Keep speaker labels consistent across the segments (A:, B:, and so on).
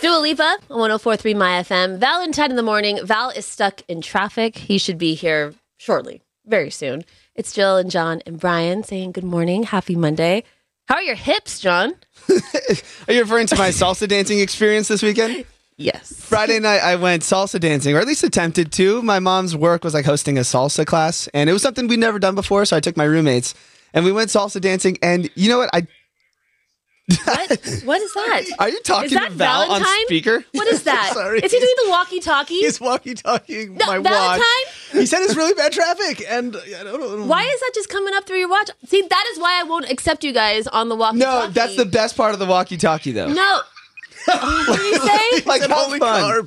A: Dua Lipa, 1043 My FM. Valentine in the morning. Val is stuck in traffic. He should be here shortly, very soon. It's Jill and John and Brian saying good morning. Happy Monday. How are your hips, John?
B: Are you referring to my salsa dancing experience this weekend?
A: Yes.
B: Friday night, I went salsa dancing, or at least attempted to. My mom's work was like hosting a salsa class, and it was something we'd never done before. So I took my roommates, and we went salsa dancing. And you know what? I
A: What? What is that?
B: are you talking
A: Is that
B: to Val
A: Valentine?
B: on speaker?
A: What is that?
B: Sorry,
A: Is he doing the walkie-talkie?
B: He's walkie-talking
A: No,
B: my
A: Valentine?
B: watch. He said it's really bad traffic, and um, I don't know.
A: Why is that just coming up through your watch? See, that is why I won't accept you guys on the walkie.
B: No, that's the best part of the walkie-talkie, though.
A: no. what did you say?
B: Like how fun.
A: oh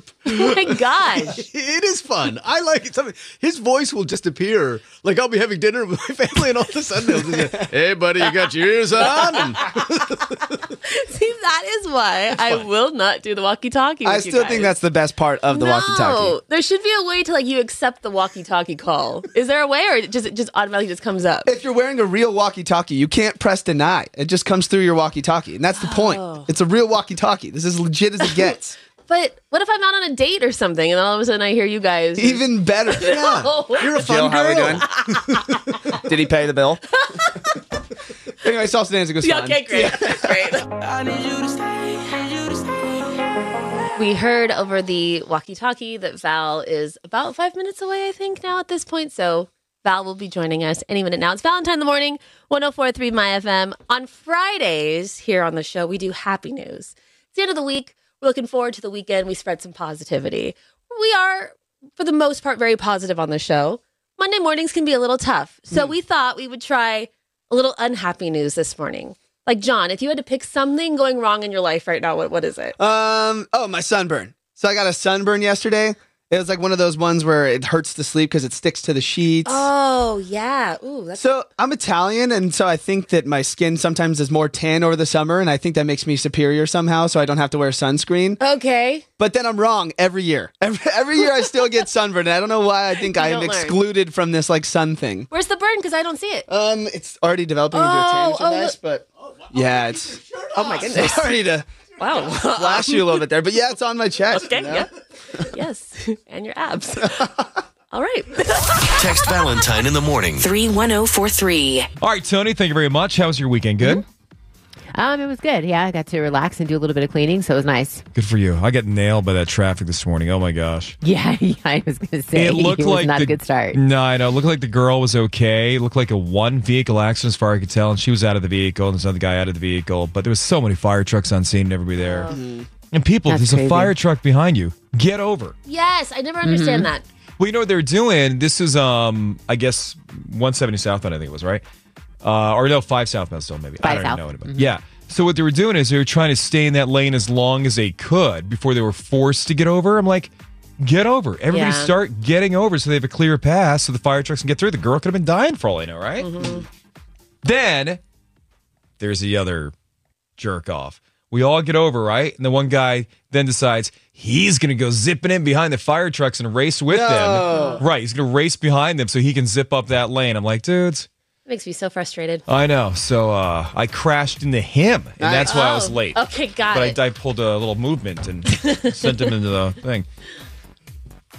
A: my gosh!
C: It is fun. I like it. Something his voice will just appear. Like I'll be having dinner with my family, and all of a sudden, he'll just say, "Hey, buddy, you got your ears on?" And
A: See, that is why I will not do the walkie-talkie.
B: I
A: with you
B: still
A: guys.
B: think that's the best part of the
A: no.
B: walkie-talkie.
A: There should be a way to like you accept the walkie-talkie call. Is there a way, or it just it just automatically just comes up?
B: If you're wearing a real walkie-talkie, you can't press deny. It just comes through your walkie-talkie, and that's the
A: Oh.
B: point. It's a real walkie-talkie. This is as legit as it gets.
A: But what if I'm out on a date or something, and all of a sudden I hear you guys?
B: Even better.
A: Oh.
B: You're a fun girl. Did he pay the bill? anyway, salsa dancing was
A: Yeah,
B: fun.
A: okay, great. great. We heard over the walkie talkie that Val is about five minutes away, I think, now at this point. So Val will be joining us any minute now. It's Valentine in the morning, 1043 My FM. On Fridays here on the show, we do happy news. It's the end of the week. We're looking forward to the weekend. We spread some positivity. We are, for the most part, very positive on the show. Monday mornings can be a little tough. So we thought we would try a little unhappy news this morning. Like John, if you had to pick something going wrong in your life right now, what, what is it?
B: Um. Oh, my sunburn. So I got a sunburn yesterday. It was like one of those ones where it hurts to sleep because it sticks to the sheets.
A: Oh yeah. Ooh, that's
B: So I'm Italian, and so I think that my skin sometimes is more tan over the summer, and I think that makes me superior somehow, so I don't have to wear sunscreen.
A: okay.
B: But then I'm wrong every year. Every, every year I still get sunburned. and I don't know why I think I am
A: don't learn.
B: excluded from this like sun thing.
A: Where's the burn? Because I don't see it.
B: Um, it's already developing into a tan, which is
A: Oh, oh,
B: nice, but yeah, it's.
A: Oh my goodness.
B: Sorry to
A: Wow.
B: flash you a little bit there, but yeah, it's on my chest.
A: okay.
B: you know?
A: Yeah. yes. And your abs. All right.
D: Text Valentine in the morning.
E: 31043.
F: All right, Tony, thank you very much. How was your weekend? Good?
G: Mm-hmm. Um, it was good. Yeah, I got to relax and do a little bit of cleaning, so it was nice.
F: Good for you. I got nailed by that traffic this morning. Oh my gosh.
G: Yeah, yeah I was going to say
F: it looked
G: was
F: like
G: not
F: the,
G: a good start.
F: No, I know. It looked like the girl was okay. It looked like a one vehicle accident as far as I could tell, and she was out of the vehicle, and there's another guy out of the vehicle. But there was so many fire trucks on scene, never be there. And people,
G: Mm-hmm. That's
F: there's a
G: crazy.
F: fire truck behind you. Get over.
A: yes. I never understand
G: Mm-hmm.
A: that.
F: Well, you know what they're doing. This is, um, I guess, 170 Southbound. I think it was right, uh, or no, five Southbound still maybe. I
G: Five
F: don't
G: south.
F: even know anybody. Yeah. So what they were doing is they were trying to stay in that lane as long as they could before they were forced to get over. I'm like, get over. Everybody
A: Yeah.
F: start getting over so they have a clear pass so the fire trucks can get through. The girl could have been dying for all I know, right? Then there's the other jerk off. We all get over, right? And the one guy then decides he's going to go zipping in behind the fire trucks and race with them. Right. He's going to race behind them so he can zip up that lane. I'm like, dudes,
A: It makes me so frustrated.
F: I know. So uh, I crashed into him, and that's why I was
A: Oh,
F: late.
A: Okay, got
F: But
A: it.
F: I, I pulled a little movement and sent him into the thing.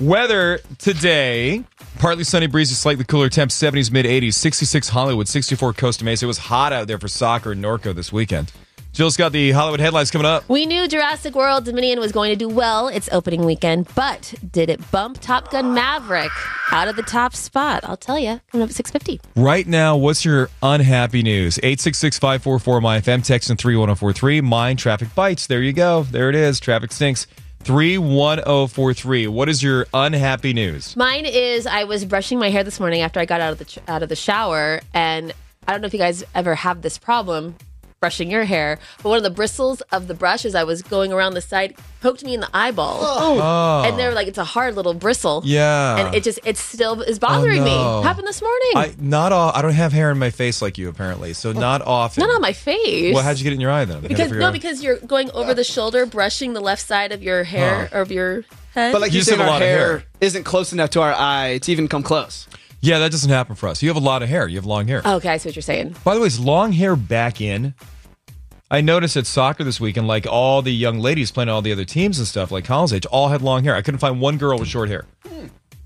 F: Weather today. Partly sunny, breezy, slightly cooler temps, 70s, mid 80s, 66 Hollywood, 64 Costa Mesa. It was hot out there for soccer in Norco this weekend. Jill's got the Hollywood headlines coming up.
A: we knew Jurassic World Dominion was going to do well its opening weekend, but did it bump Top Gun Maverick out of the top spot? I'll tell you. Coming up at 650.
F: Right now, what's your unhappy news? 866 544 MyFM, text and 31043. Mine, traffic bites. There you go. There it is. Traffic stinks. 31043. What is your unhappy news?
A: Mine is I was brushing my hair this morning after I got out of the ch- out of the shower, and I don't know if you guys ever have this problem. brushing your hair, but one of the bristles of the brush as I was going around the side poked me in the eyeball.
F: Oh.
A: And they're like, it's a hard little bristle.
F: Yeah. Oh,
A: And it just, it still is bothering
F: no.
A: me. Happened this morning.
F: I not all. I don't have hair in my face like you apparently, so not often.
A: Not on my face.
F: Well, how'd you get it in your eye then?
A: Because no, because you're going over the shoulder, brushing the left side of your hair of your head.
B: But like
F: You
B: you,
F: just
B: said,
F: have a
B: our
F: lot of
B: hair,
F: hair.
B: isn't close enough to our eye to even come close.
F: yeah, that doesn't happen for us. You have a lot of hair. You have long hair.
A: okay, I see what you're saying.
F: By the way, is long hair back in? I noticed at soccer this weekend, like all the young ladies playing all the other teams and stuff, like college age, all had long hair. I couldn't find one girl with short hair.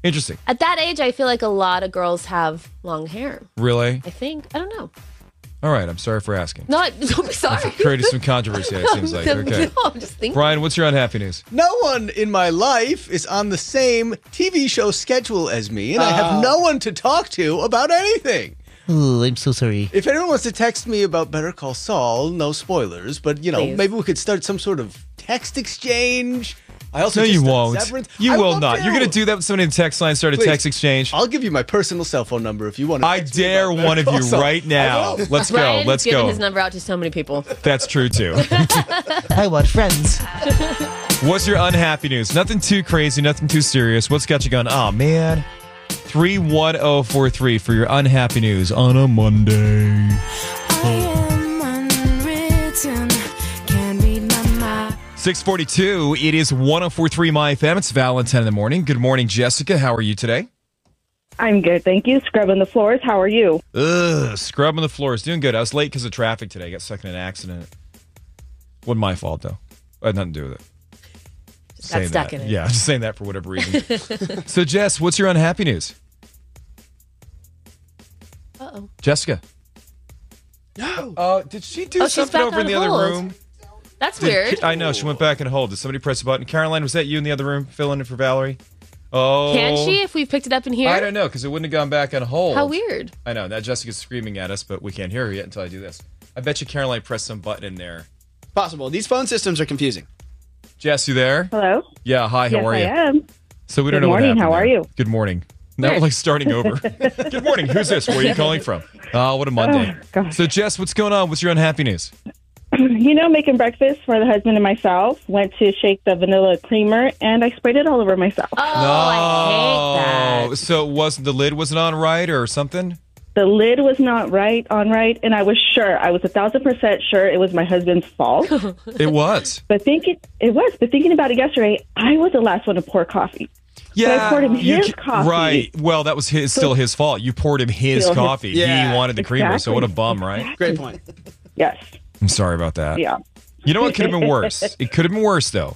F: Interesting.
A: At that age, I feel like a lot of girls have long hair.
F: Really?
A: I think I don't know.
F: All right. I'm sorry for asking.
A: No, I- don't be sorry.
F: Created some controversy. It seems like. Okay.
A: No, I'm just thinking.
F: Brian, what's your unhappy news?
C: No one in my life is on the same TV show schedule as me, and I
A: Oh.
C: have no one to talk to about anything.
E: Oh, I'm so sorry.
C: If anyone wants to text me about Better Call Saul, no spoilers, but you know,
A: Please.
C: maybe we could start some sort of text exchange. I also
F: No,
C: just
F: you
C: did
F: won't.
C: Severance.
F: You
C: I
F: will
C: love
F: not. You're going to
C: to
F: do that with somebody in the text line, start a
C: Please.
F: text exchange.
C: I'll give you my personal cell phone number if you want. to
F: I
C: text me
F: dare
C: about
F: one of
C: Better
F: you
C: Call Saul.
F: right now. Let's go.
A: Brian has
F: Let's
A: given
F: go.
A: his number out to so many people.
F: That's true too.
E: I want friends.
F: What's your unhappy news? Nothing too crazy, nothing too serious. What's got you going? Oh man. 31043 for your unhappy news on a Monday. Six forty-two. It is one zero four three My FM. It's Valentine in the morning. Good morning, Jessica. How are you today?
H: I'm good, thank you. Scrubbing the floors. How are you?
F: Ugh, scrubbing the floors. Doing good. I was late because of traffic today. I got stuck in an accident. Wasn't my fault though. I had nothing to do with it.
A: Just got
F: Saying
A: stuck
F: that.
A: in it.
F: Yeah, I'm just saying that for whatever reason. so, Jess, what's your unhappy news?
A: Uh-oh.
F: Jessica. No. Uh, did she do
A: Oh, she's
F: something
A: back
F: over in
A: on
F: the
A: hold.
F: other room?
A: That's
F: Did-
A: weird.
F: I know. She went back and hold. Did somebody press a button? Caroline, was that you in the other room filling in for Valerie? Oh.
A: Can she? If we picked it up in here?
F: I don't know because it wouldn't have gone back on hold.
A: How weird.
F: I know. Now Jessica's screaming at us, but we can't hear her yet until I do this. I bet you Caroline pressed some button in there.
B: Possible. These phone systems are confusing.
F: Jess, you there?
H: Hello.
F: Yeah. Hi. How
H: yes,
F: are
H: I
F: you?
H: am.
F: So we
H: Good
F: don't know what
H: morning,
F: happened.
H: how are
F: there.
H: you?
F: Good morning. Now we're like starting over. Good morning. Who's this? Where are you calling from? Oh, what a Monday.
H: Oh, gosh.
F: so, Jess, what's going on? What's your unhappy news?
H: You know, making breakfast for the husband and myself. Went to shake the vanilla creamer, and I sprayed it all over myself.
A: Oh, I hate
F: Oh,
A: that.
F: So, it wasn't the lid wasn't on right or something?
H: The lid was not right on right, and I was sure. I was a thousand percent sure it was my husband's fault.
F: It was.
H: but thinking it was, but thinking about it yesterday, I was the last one to pour coffee.
F: Yeah.
H: poured him
F: you
H: his
F: ca-
H: coffee.
F: Right. Well, that was his, still his fault. You poured him his
H: Still his-
F: coffee.
B: Yeah,
F: he wanted the creamer, so
H: exactly.
F: what a bum, right?
B: Great point.
H: Yes.
F: I'm sorry about that.
H: Yeah.
F: You know what could have been worse? It could have been worse though.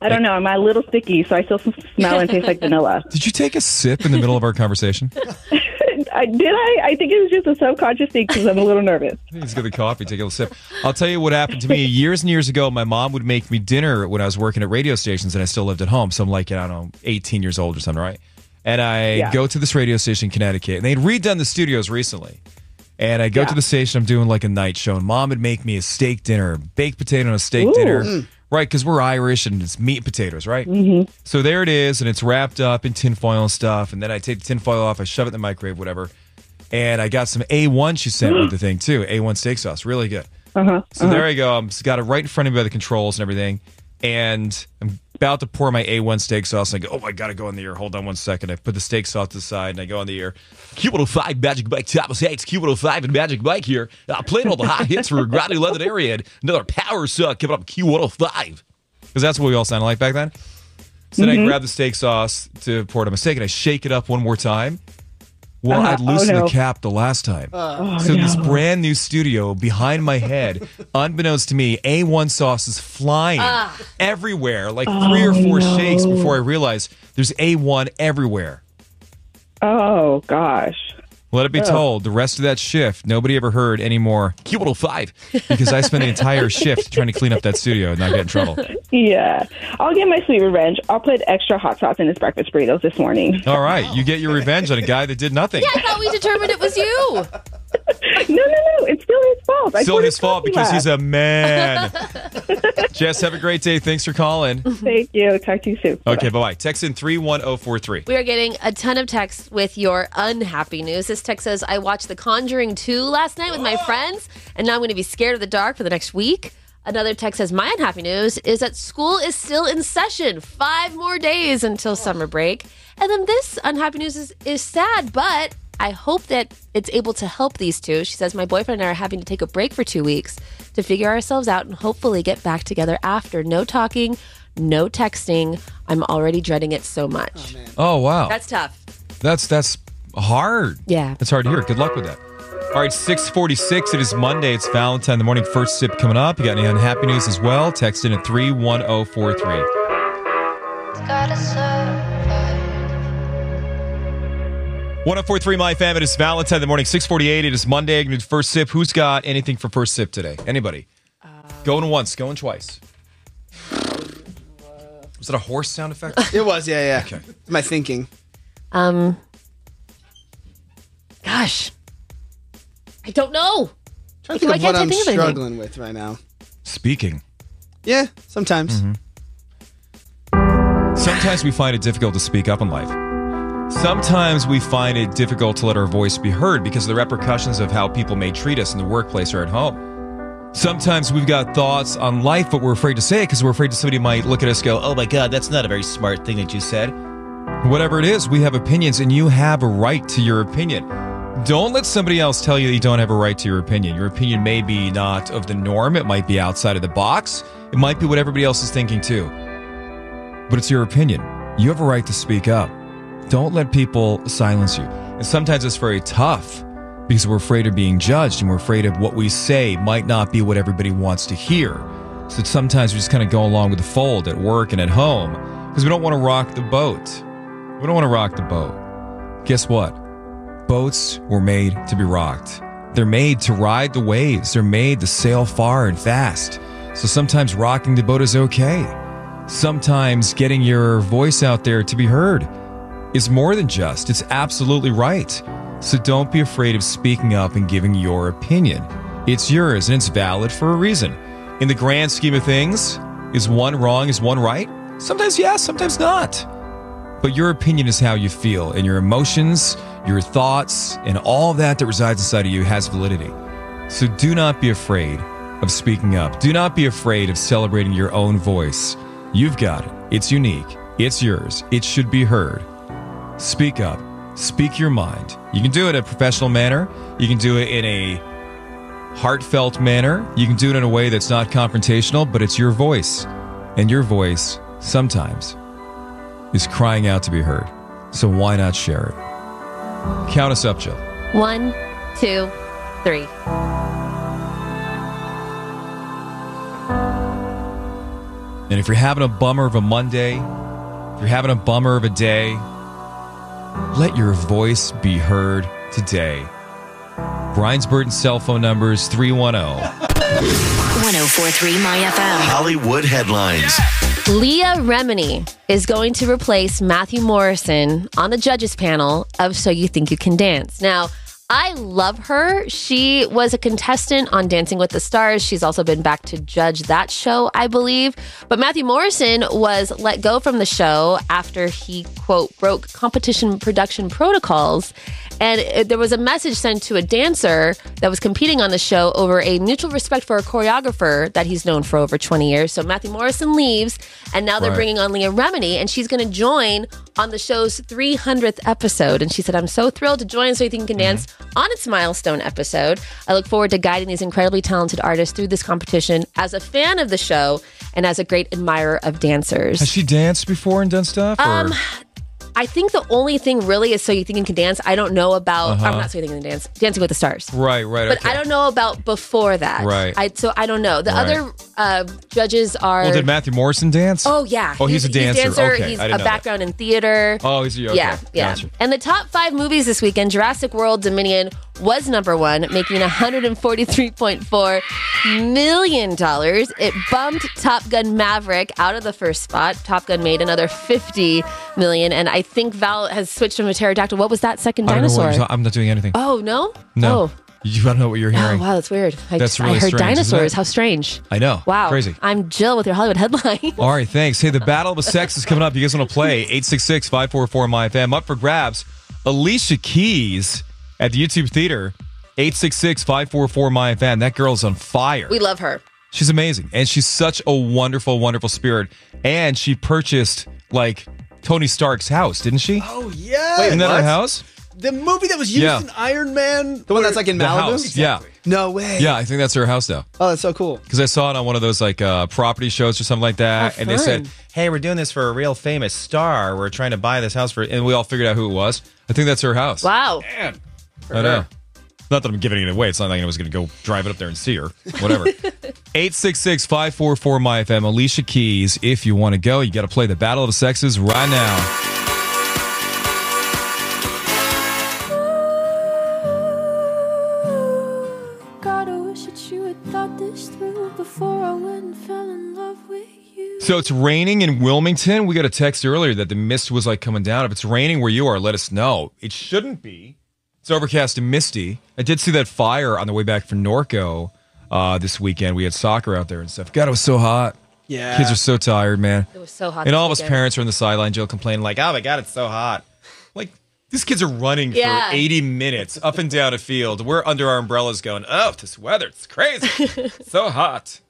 H: I don't know. I'm a little sticky, so I still smell and taste like vanilla.
F: Did you take a sip in the middle of our conversation?
H: I, did I? I think it was just a subconscious thing because I'm a little nervous.
F: Let's get the coffee, take a little sip. I'll tell you what happened to me years and years ago. My mom would make me dinner when I was working at radio stations and I still lived at home. So I'm like, I don't know, 18 years old or something, right? And I
H: Yeah.
F: go to this radio station in Connecticut and they'd redone the studios recently. And I go to the station, I'm doing like a night show, and mom would make me a steak dinner, baked potato and a steak dinner, right? Because we're Irish and it's meat and potatoes, right? Mm-hmm. So there it is, and it's wrapped up in tinfoil and stuff. And then I take the tinfoil off, I shove it in the microwave, whatever. And I got some A1 she sent with the thing too, A1 steak sauce, really good.
H: Uh-huh.
F: So there I go. I'm got it right in front of me by the controls and everything. And I'm about to pour my A1 steak sauce. And I go, oh, I got to go in the air. Hold on one second. I put the steak sauce to the side and I go in the air. Q105 Magic Bike Thomas Hanks, Q105 and Magic Bike here. Uh, playing all the hot hits for Rodney Leather Area. And another power suck coming up Q105. Because that's what we all sounded like back then. So
H: Mm-hmm.
F: then I grab the steak sauce to pour it on my steak and I shake it up one more time. Well,
H: Uh-huh.
F: I'd
H: Oh,
F: loosened
H: no. Uh, oh,
F: the cap the last time. so this brand new studio behind my head, unbeknownst to me, A1 sauce is flying
H: Ah.
F: everywhere, like three or four shakes before I realize there's A1 everywhere.
H: Oh gosh.
F: Let it be told, the rest of that shift, nobody ever heard any more Cubital 5 because I spent the entire shift trying to clean up that studio and not get in trouble.
H: Yeah. I'll get my sweet revenge. I'll put extra hot sauce in his breakfast burritos this morning.
F: All right, you get your revenge on a guy that did nothing.
A: I thought we determined it was you.
H: no, no, no. It's still his fault. I
F: Still
H: poured
F: his fault
H: coffee
F: because he's
H: last.
F: a man. Jess, have a great day. Thanks for calling.
H: Thank you. Talk to you soon.
F: Okay, bye bye. Text in 31043.
A: We are getting a ton of texts with your unhappy news. This text says, I watched The Conjuring 2 last night with my friends, and now I'm going to be scared of the dark for the next week. Another text says, My unhappy news is that school is still in session, five more days until summer break. And then this unhappy news is, is sad, but I hope that it's able to help these two. She says, My boyfriend and I are having to take a break for two weeks to figure ourselves out and hopefully get back together after. No talking, no texting. I'm already dreading it so much.
F: Oh, wow.
A: That's tough.
F: That's that's hard.
A: Yeah.
F: That's hard to hear. Good luck with that. All right, 646. It is Monday. It's Valentine in the morning. First sip coming up. You got any unhappy news as well? Text in at 31043.
I: Gotta survive.
F: 1043 My Fam. It is Valentine in the morning. 648. It is Monday. Gonna do First sip. Who's got anything for first sip today? Anybody? going once, going twice. Was that a horse sound effect?
B: It was, yeah, yeah. My thinking.
A: Um, gosh, I don't know.
B: Trying
A: Like,
B: to think
A: why
B: of what
A: can't I
B: I'm
A: think of anything?
B: struggling with right now.
F: Speaking.
B: Yeah, sometimes.
F: Mm-hmm. Sometimes we find it difficult to speak up in life. Sometimes we find it difficult to let our voice be heard because of the repercussions of how people may treat us in the workplace or at home. Sometimes we've got thoughts on life, but we're afraid to say it because we're afraid that somebody might look at us and go, oh my God, that's not a very smart thing that you said. Whatever it is, we have opinions and you have a right to your opinion. Don't let somebody else tell you that you don't have a right to your opinion. Your opinion may be not of the norm, it might be outside of the box, it might be what everybody else is thinking too but it's your opinion. You have a right to speak up. Don't let people silence you. And sometimes it's very tough because we're afraid of being judged and we're afraid of what we say might not be what everybody wants to hear. So sometimes we just kind of go along with the fold at work and at home because we don't want to rock the boat. We don't want to rock the boat. Guess what? Boats were made to be rocked. They're made to ride the waves. They're made to sail far and fast. So sometimes rocking the boat is okay sometimes getting your voice out there to be heard is more than just, it's absolutely right. So don't be afraid of speaking up and giving your opinion. It's yours and it's valid for a reason. In the grand scheme of things, is one wrong, is one right? Sometimes yes, sometimes not. But your opinion is how you feel, and your emotions, your thoughts, and all that that resides inside of you has validity. So do not be afraid of speaking up. Do not be afraid of celebrating your own voice. You've got it. It's unique. It's yours. It should be heard. Speak up. Speak your mind. You can do it in a professional manner. You can do it in a heartfelt manner. You can do it in a way that's not confrontational, but it's your voice. And your voice sometimes is crying out to be heard. So why not share it? Count us up, Jill.
A: One, two, three.
F: And if you're having a bummer of a Monday, if you're having a bummer of a day, let your voice be heard today. Brian's Burton cell phone number is 310.
J: 1043 My FM.
D: Hollywood headlines.
A: Leah Remini is going to replace Matthew Morrison on the judges panel of So You Think You Can Dance. Now, I love her. She was a contestant on Dancing with the Stars. She's also been back to judge that show, I believe. But Matthew Morrison was let go from the show after he, quote, broke competition production protocols. And it, there was a message sent to a dancer that was competing on the show over a mutual respect for a choreographer that he's known for over 20 years. So Matthew Morrison leaves, and now they're
F: Right.
A: bringing on Leah Remini, and she's going to join on the show's 300th episode. And she said, I'm so thrilled to join So You Think You Can
F: Mm-hmm.
A: Dance on its milestone episode. I look forward to guiding these incredibly talented artists through this competition as a fan of the show and as a great admirer of dancers.
F: Has she danced before and done stuff? Or?
A: Um, I think the only thing really is So You Think You Can Dance. I don't know about,
F: Uh-huh.
A: I'm not So You Think You Can Dance, Dancing with the Stars.
F: right, right.
A: But
F: okay.
A: I don't know about before that.
F: Right.
A: I, so I don't know. The
F: Right.
A: other uh, judges are.
F: Well, did Matthew Morrison dance?
A: Oh yeah.
F: Oh, he's, a dancer.
A: He's,
F: Okay,
A: he's
F: I
A: a
F: didn't know that.
A: background in theater.
F: Oh, he's a okay.
A: Yeah, yeah.
F: Gotcha.
A: And the top five movies this weekend, Jurassic World Dominion was number one, making $143.4 million. It bumped Top Gun Maverick out of the first spot. Top Gun made another 50 million. And I think Val has switched from a pterodactyl. What was that second
F: I don't know what
A: dinosaur?
F: you're ta- I'm not doing anything.
A: Oh, no?
F: No.
A: Oh.
F: You don't know what you're hearing.
A: Oh, wow, that's weird. I,
F: That's
A: just-
F: really
A: I heard
F: strange, isn't
A: dinosaurs.
F: it?
A: How strange.
F: I know.
A: Wow.
F: Crazy.
A: I'm Jill with your Hollywood headline.
F: All right, thanks. Hey, the battle of the sex is coming up. You guys want to play? 866 544 MyFam. Up for grabs. Alicia Keys at the YouTube Theater. 866 544 MyFam. That girl's on fire.
A: we love her.
F: She's amazing. And she's such a wonderful, wonderful spirit. And she purchased, like, Tony Stark's house, didn't she?
C: Oh yeah.
F: Isn't that her house?
C: The movie that was used
F: Yeah.
C: in Iron Man.
B: The one that's like in
F: The
B: Malibu.
F: house, yeah.
B: No way.
F: Yeah, I think that's her house now.
B: Oh, that's so cool.
F: Because I saw it on one of those, like, uh, property shows or something like that.
B: How
F: and they said,
B: fun.
F: hey, we're doing this for a real famous star. We're trying to buy this house for, and we all figured out who it was. I think that's her house.
A: Wow.
F: I know. Not that I'm giving it away. It's not like I was going to go drive it up there and see her. Whatever. 866 544 MyFM. Alicia Keys. If you want to go, you got to play the Battle of the Sexes right now.
I: God, I wish that you had thought this through before I went and fell in love with you.
F: So it's raining in Wilmington. We got a text earlier that the mist was like coming down. If it's raining where you are, let us know. It shouldn't be. It's overcast and misty. I did see that fire on the way back from Norco uh, this weekend. We had soccer out there and stuff. God, it was so hot.
A: Yeah.
F: Kids are so tired, man.
A: It was so hot.
F: and
A: this
F: all of us
A: weekend.
F: parents are on the sideline, Jill, complaining like, "Oh my god, it's so hot!" Like these kids are running
A: Yeah.
F: for 80 minutes up and down a field. We're under our umbrellas, going, "Oh, this weather—it's crazy, It's so hot."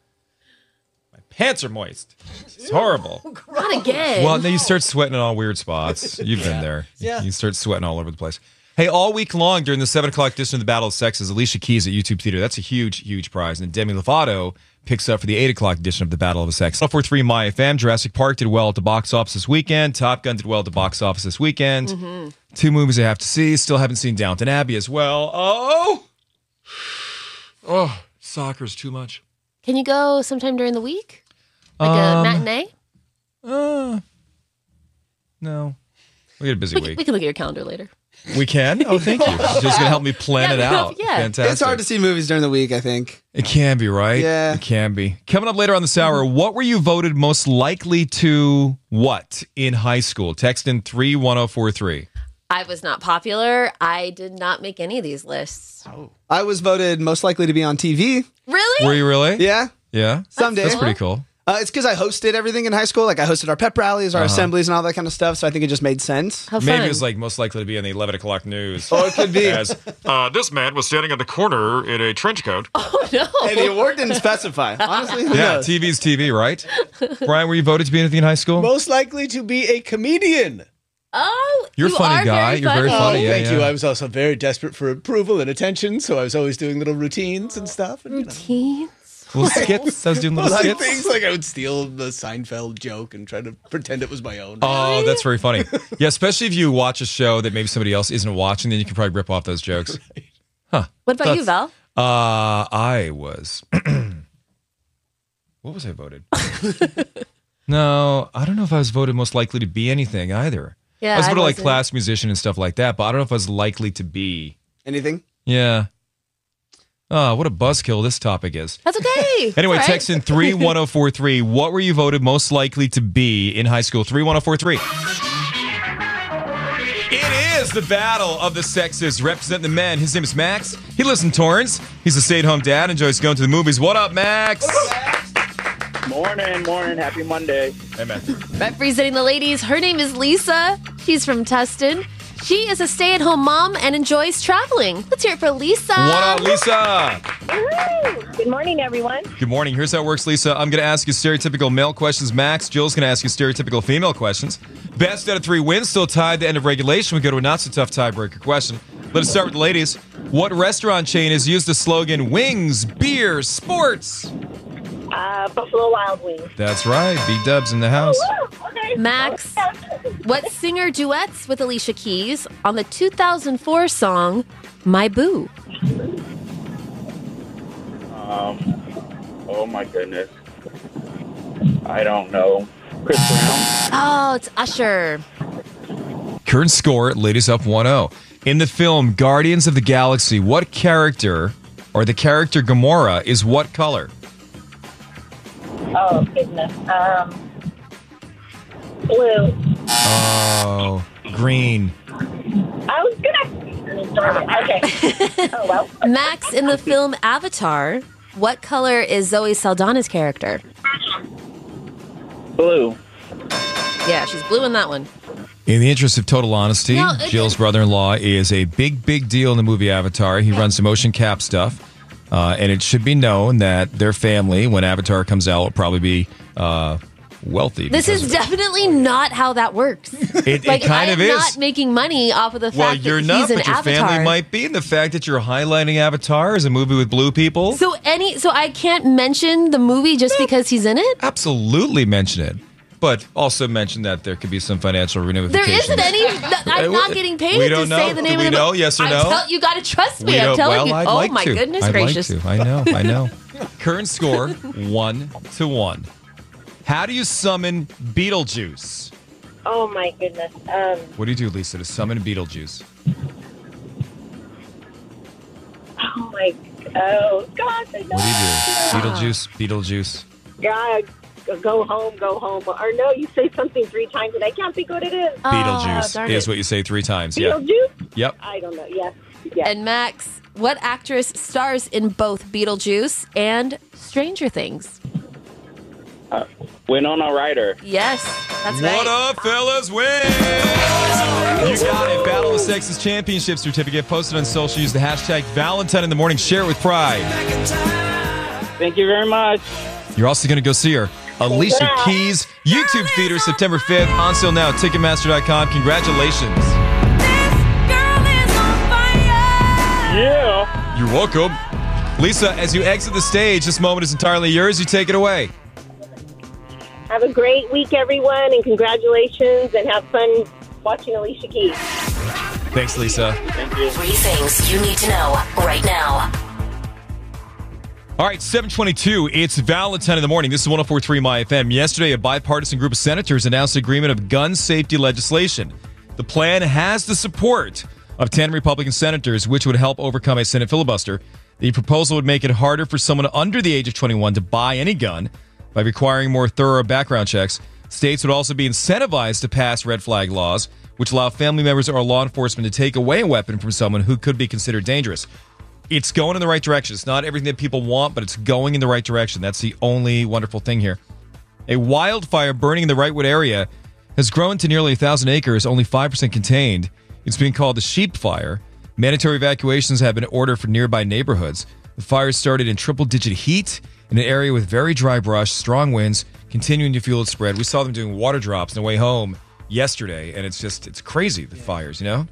F: My pants are moist. It's horrible.
A: Not again.
F: Well, then you start sweating in all weird spots. You've been there.
A: Yeah.
F: You start sweating all over the place. Hey, all week long during the seven o'clock edition of the Battle of Sexes, Alicia Keys at YouTube Theater. That's a huge, huge prize. And Demi Lovato picks up for the eight o'clock edition of the Battle of the Sexes. 443 My FM. Jurassic Park did well at the box office this weekend. Top Gun did well at the box office this weekend.
A: Mm-hmm.
I: Mhm.
F: Two movies I have to see. Still haven't seen Downton Abbey as well. Oh, oh, soccer's too much.
A: Can you go sometime during the week? Like a
F: Um,
A: matinee?
F: Uh, no. We had a busy
A: we,
F: week.
A: can- we can look at your calendar later.
F: We can. Oh, thank you. She's just gonna help me plan
A: Yeah,
F: it out.
A: yeah.
F: Fantastic.
B: It's hard to see movies during the week. I think.
F: It can be, right? Yeah. It can be. Coming up later on this hour, what were you voted most likely to what in high school? Text in 31043.
A: I was not popular. I did not make any of these lists. Oh.
B: I was voted most likely to be on TV.
A: Really?
F: Were you really?
B: Yeah.
F: Yeah.
B: Someday.
F: That's pretty cool.
B: Uh, it's because I hosted everything in high school. Like I hosted our pep rallies, our
F: Uh-huh.
B: assemblies, and all that kind of stuff. So I think it just made sense.
F: Maybe it was like most likely to be on the 11 o'clock news.
B: Oh, it could be.
F: As, uh, this man was standing on the corner in a trench coat.
A: Oh,
B: and the award didn't specify. Honestly, who
F: yeah,
B: knows?
F: TV's TV, right? Brian, were you voted to be anything in high school?
C: Most likely to be a comedian. Oh,
A: Oh,
F: You're a funny guy. You're very funny. Yeah,
C: thank
F: yeah.
C: you. I was also very desperate for approval and attention, so I was always doing little routines and stuff. And,
A: Routines?
F: Little skits. I was doing little
C: like
F: skits.
C: things like I would steal the Seinfeld joke and try to pretend it was my own.
F: Oh, that's very funny. Yeah, especially if you watch a show that maybe somebody else isn't watching, then you can probably rip off those jokes. Huh.
A: What about you, Val?
F: Uh, I was. what was I voted? no, I don't know if I was voted most likely to be anything either.
B: Yeah,
F: I was
B: I
F: voted like
B: wasn't.
F: class musician and stuff like that, but I don't know if I was likely to be.
B: Anything?
F: Yeah. Oh, what a buzzkill this topic is.
A: That's okay.
F: Anyway,
A: It's all
F: text in
A: right.
F: 31043. What were you voted most likely to be in high school? 31043. It is the battle of the sexes. Represent the men. His name is Max. He lives in Torrance. He's a stay at home dad, enjoys going to the movies. What up, Max?
K: Morning, morning. Happy Monday.
F: Hey, man.
A: Representing the ladies, her name is Lisa. She's from Tustin. She is a stay at home mom and enjoys traveling. Let's hear it for Lisa.
F: What up, Lisa?
L: Good morning, everyone.
F: Good morning. Here's how it works, Lisa. I'm going to ask you stereotypical male questions. Max, Jill's going to ask you stereotypical female questions. Best out of three wins, still tied. The end of regulation. We go to a not so tough tiebreaker question. Let us start with the ladies. What restaurant chain has used the slogan "Wings, beer, sports"?
L: Uh,
F: oh.
L: Buffalo Wild Wings. Oh,
F: That's right. B Dubs in the house.
A: Max, what singer duets with Alicia Keys on the 2004 song My Boo?
K: Um, oh my goodness. I don't know. Chris Brown.
A: Oh, it's Usher.
F: Current score, ladies up 1-0. In the film Guardians of the Galaxy, what character or the character Gamora is what color?
L: Oh, goodness. Um, blue.
F: Oh, green.
L: I was going to. mean, darn it. Okay. oh, well.
A: Max, in the film Avatar, what color is Zoe Saldana's character?
K: Blue.
A: Yeah, she's blue in that one.
F: In the interest of total honesty,
A: No, it-
F: Jill's brother in law is a big, big deal in the movie Avatar. He runs the motion cap stuff. Uh, and it should be known that their family, when Avatar comes out, will probably be uh, wealthy.
A: This
F: because
A: is definitely not how that works.
F: It, it
A: like,
F: kind
A: I
F: of
A: am
F: is.
A: not making money off of the fact
F: well, you're
A: that
F: not,
A: he's an
F: but your
A: avatar.
F: family might be. And the fact that you're highlighting Avatar as a movie with blue people,
A: So any, so I can't mention the movie just because he's in it.
F: absolutely mention it. But also mention that there could be some financial ramifications.
A: There isn't any. th- I'm
F: We-
A: not getting paid
F: we
A: to
F: don't know.
A: say the
F: Do
A: name
F: we
A: of the
F: know?
A: mo-
F: Yes or
A: I
F: no?
A: tell- you got to trust me.
F: We
A: I'm
F: don't-
A: telling
F: well,
A: you.
F: I'd
A: oh
F: like
A: my
F: to.
A: goodness
F: I'd
A: gracious!
F: Like to. I know. I know. Current score one to one. How do you summon Beetlejuice?
L: Oh my goodness. Um,
F: What do you do, Lisa, to summon Beetlejuice?
L: oh my. Oh gosh. I know.
F: What do you do? Beetlejuice, Beetlejuice.
L: God, go home, go home. Or no, you say something three times and I can't think what it is.
M: Ah,
F: Beetlejuice is what you say three times. Yeah.
L: Beetlejuice?
F: Yep.
L: I don't know. Yes. yes.
A: And Max, what actress stars in both Beetlejuice and Stranger Things?
K: Winona Ryder.
A: Yes, that's
F: What
A: right.
F: up, fellas? Win! You got it. Battle of the Sexes Championship certificate posted on social. Use the hashtag Valentine in the morning. Share it with pride.
K: Thank you very much.
F: You're also going to go see her. Alicia
K: Yeah.
F: Keys, YouTube Theater, September 5th. On sale now at Ticketmaster.com. Congratulations.
K: Yeah.
F: You're welcome. Lisa, as you exit the stage, this moment is entirely yours. You take it away.
L: Uh, Have a great week, everyone, and congratulations, and have fun watching Alicia Keys.
F: Thanks, Lisa.
J: Three things you need to know right now.
F: All right, 722. It's Valentine in the morning. This is 1043 My FM. Yesterday, a bipartisan group of senators announced agreement of gun safety legislation. The plan has the support of 10 Republican senators, which would help overcome a Senate filibuster. The proposal would make it harder for someone under the age of 21 to buy any gun by requiring more thorough background checks. States would also be incentivized to pass red flag laws, which allow family members or law enforcement to take away a weapon from someone who could be considered dangerous it's going in the right direction. It's not everything that people want, but it's going in the right direction. That's the only wonderful thing here. A wildfire burning in the Wrightwood area has grown to nearly 1,000 acres, only 5% contained. It's being called the sheep fire. Mandatory evacuations have been ordered for nearby neighborhoods. The fire started in triple digit heat in an area with very dry brush, strong winds, continuing to fuel its spread. We saw them doing water drops on the way home yesterday, and it's just, it's crazy, the fires, you know?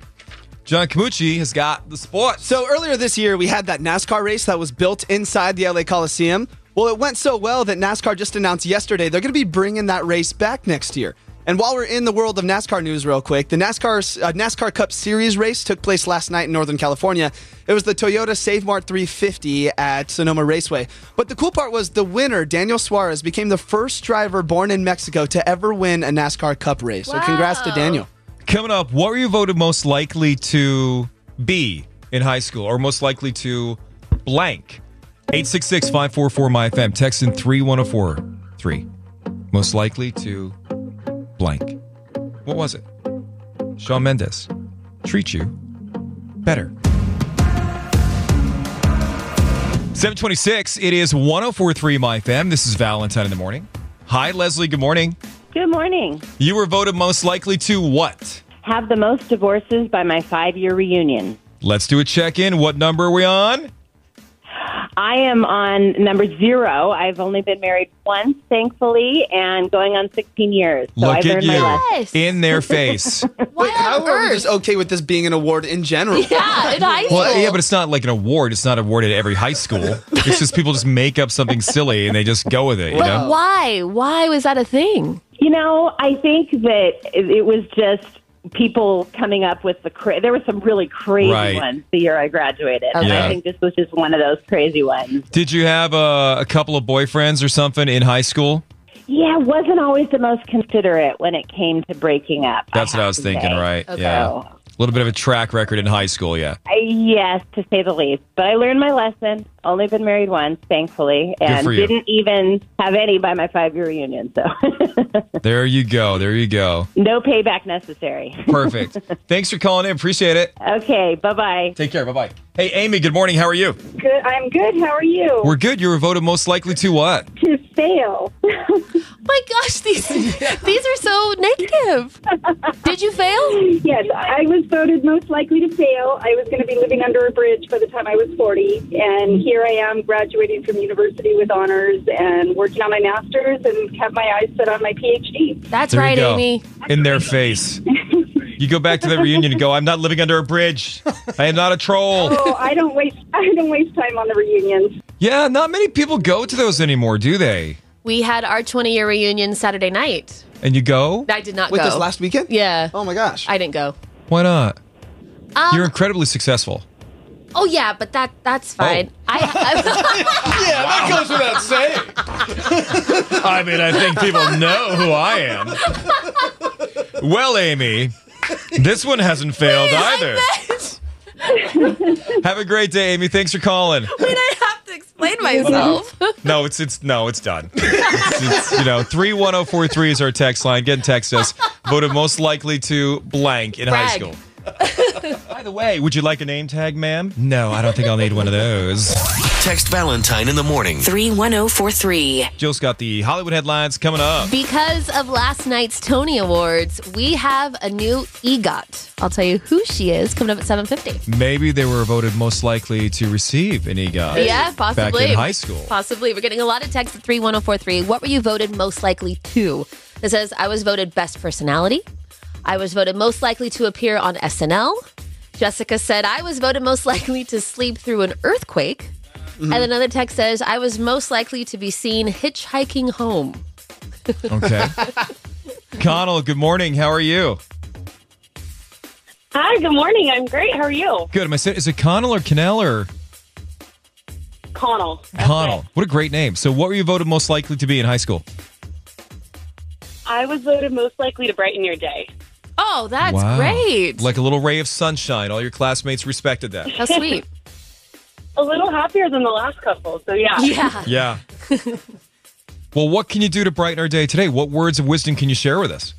F: John Camucci has got the sports.
B: So earlier this year, we had that NASCAR race that was built inside the LA Coliseum. Well, it went so well that NASCAR just announced yesterday they're going to be bringing that race back next year. And while we're in the world of NASCAR news, real quick, the NASCAR uh, NASCAR Cup Series race took place last night in Northern California. It was the Toyota Save Mart 350 at Sonoma Raceway. But the cool part was the winner, Daniel Suarez, became the first driver born in Mexico to ever win a NASCAR Cup race. So congrats to Daniel.
F: Coming up, what were you voted most likely to be in high school or most likely to blank? 866 544 MyFM. Text in 31043. Most likely to blank. What was it? Shawn Mendes. Treat you better. 726, it is 1043 MyFM. This is Valentine in the morning. Hi, Leslie. Good morning.
N: Good morning.
F: You were voted most likely to what?
N: Have the most divorces by my five year reunion.
F: Let's do a check in. What number are we on?
N: I am on number zero. I've only been married once, thankfully, and going on 16 years. So
F: Look
N: I've
F: at
N: learned
F: you.
N: my lesson.
F: In their face.
B: Wait, how are we just okay with this being an award in general?
A: Yeah, in high school.
F: well, yeah, but it's not like an award. It's not awarded at every high school. It's just people just make up something silly and they just go with it, you
A: But
F: know?
A: why? Why was that a thing?
N: You know, I think that it it was just people coming up with the cra- there were some really crazy
F: Right.
N: ones the year I graduated.
F: Okay. Yeah.
N: I think this was just one of those crazy ones.
F: Did you have uh, a couple of boyfriends or something in high school?
N: Yeah, wasn't always the most considerate when it came to breaking up.
F: That's what I was
N: to
F: thinking,
N: say.
F: right?
N: Okay.
F: Yeah. A little bit of a track record in high school, yeah.
N: I, yes, to say the least. But I learned my lesson. Only been married once, thankfully, and
F: for you.
N: didn't even have any by my five year reunion. So
F: There you go. There you go.
N: no payback necessary.
F: Perfect. Thanks for calling in. Appreciate it.
N: Okay, bye bye.
F: Take care. Bye bye. Hey, Amy, good morning. How are you?
K: Good. I'm good. How are you?
F: We're good. You were voted most likely to what?
K: to fail.
A: My gosh, these these are so negative. Did you fail?
K: Yes, I was voted most likely to fail. I was going to be living under a bridge by the time I was 40, and here I am graduating from university with honors and working on my master's and kept my eyes set on my PhD.
A: That's
F: There you go. In their face. You go back to the reunion and go, I'm not living under a bridge. I am not a troll.
K: Oh, I don't waste I don't waste time on the reunions.
F: Yeah, not many people go to those anymore, do they?
A: We had our 20 year reunion Saturday night.
F: And you go?
A: I did not
F: Wait,
A: go.
F: this last
B: weekend?
A: Yeah.
B: Oh my gosh.
A: I didn't go.
F: Why not?
A: Um,
F: You're incredibly successful.
A: Oh yeah, but that that's fine. I,
C: Oh. yeah, that goes without saying.
F: I mean, I think people know who I am. Well, Amy, this one hasn't failed either. Have a great day, Amy. Thanks for calling.
A: Explain myself.
F: No, it's it's no, it's done. It's- it's, you know, three one zero four three is our text line. Get in text us. Voted most likely to blank in high
A: Brag.
F: school. By the way, would you like a name tag, ma'am? No, I don't think I'll need one of those.
D: Text Valentine in the morning.
J: 31043.
F: Jill's got the Hollywood headlines coming up.
A: Because of last night's Tony Awards, we have a new EGOT. I'll tell you who she is coming up at 7:50.
F: Maybe they were voted most likely to receive an EGOT.
A: Yeah, possibly.
F: Uh, Back in high school.
A: Possibly. We're getting a lot of texts at 31043. What were you voted most likely to? It says, I was voted best personality. I was voted most likely to appear on SNL. Jessica said, I was voted most likely to sleep through an earthquake.
F: Mhm.
A: And another text says, I was most likely to be seen hitchhiking home.
F: Okay. Connell, good morning. How are you?
K: Hi, good morning. I'm great. How are you?
F: Good. Am I saying is it Connell or Cannell or
K: Connell.
F: Connell? What a great name. So, what were you voted most likely to be in high school?
K: I was voted most likely to brighten your day.
A: Oh, that's
F: Wow.
A: great.
F: Like a little ray of sunshine. All your classmates respected that.
A: How sweet.
K: A little happier than the last couple, so yeah.
A: Yeah.
F: Yeah. well, what can you do to brighten our day today? What words of wisdom can you share with us?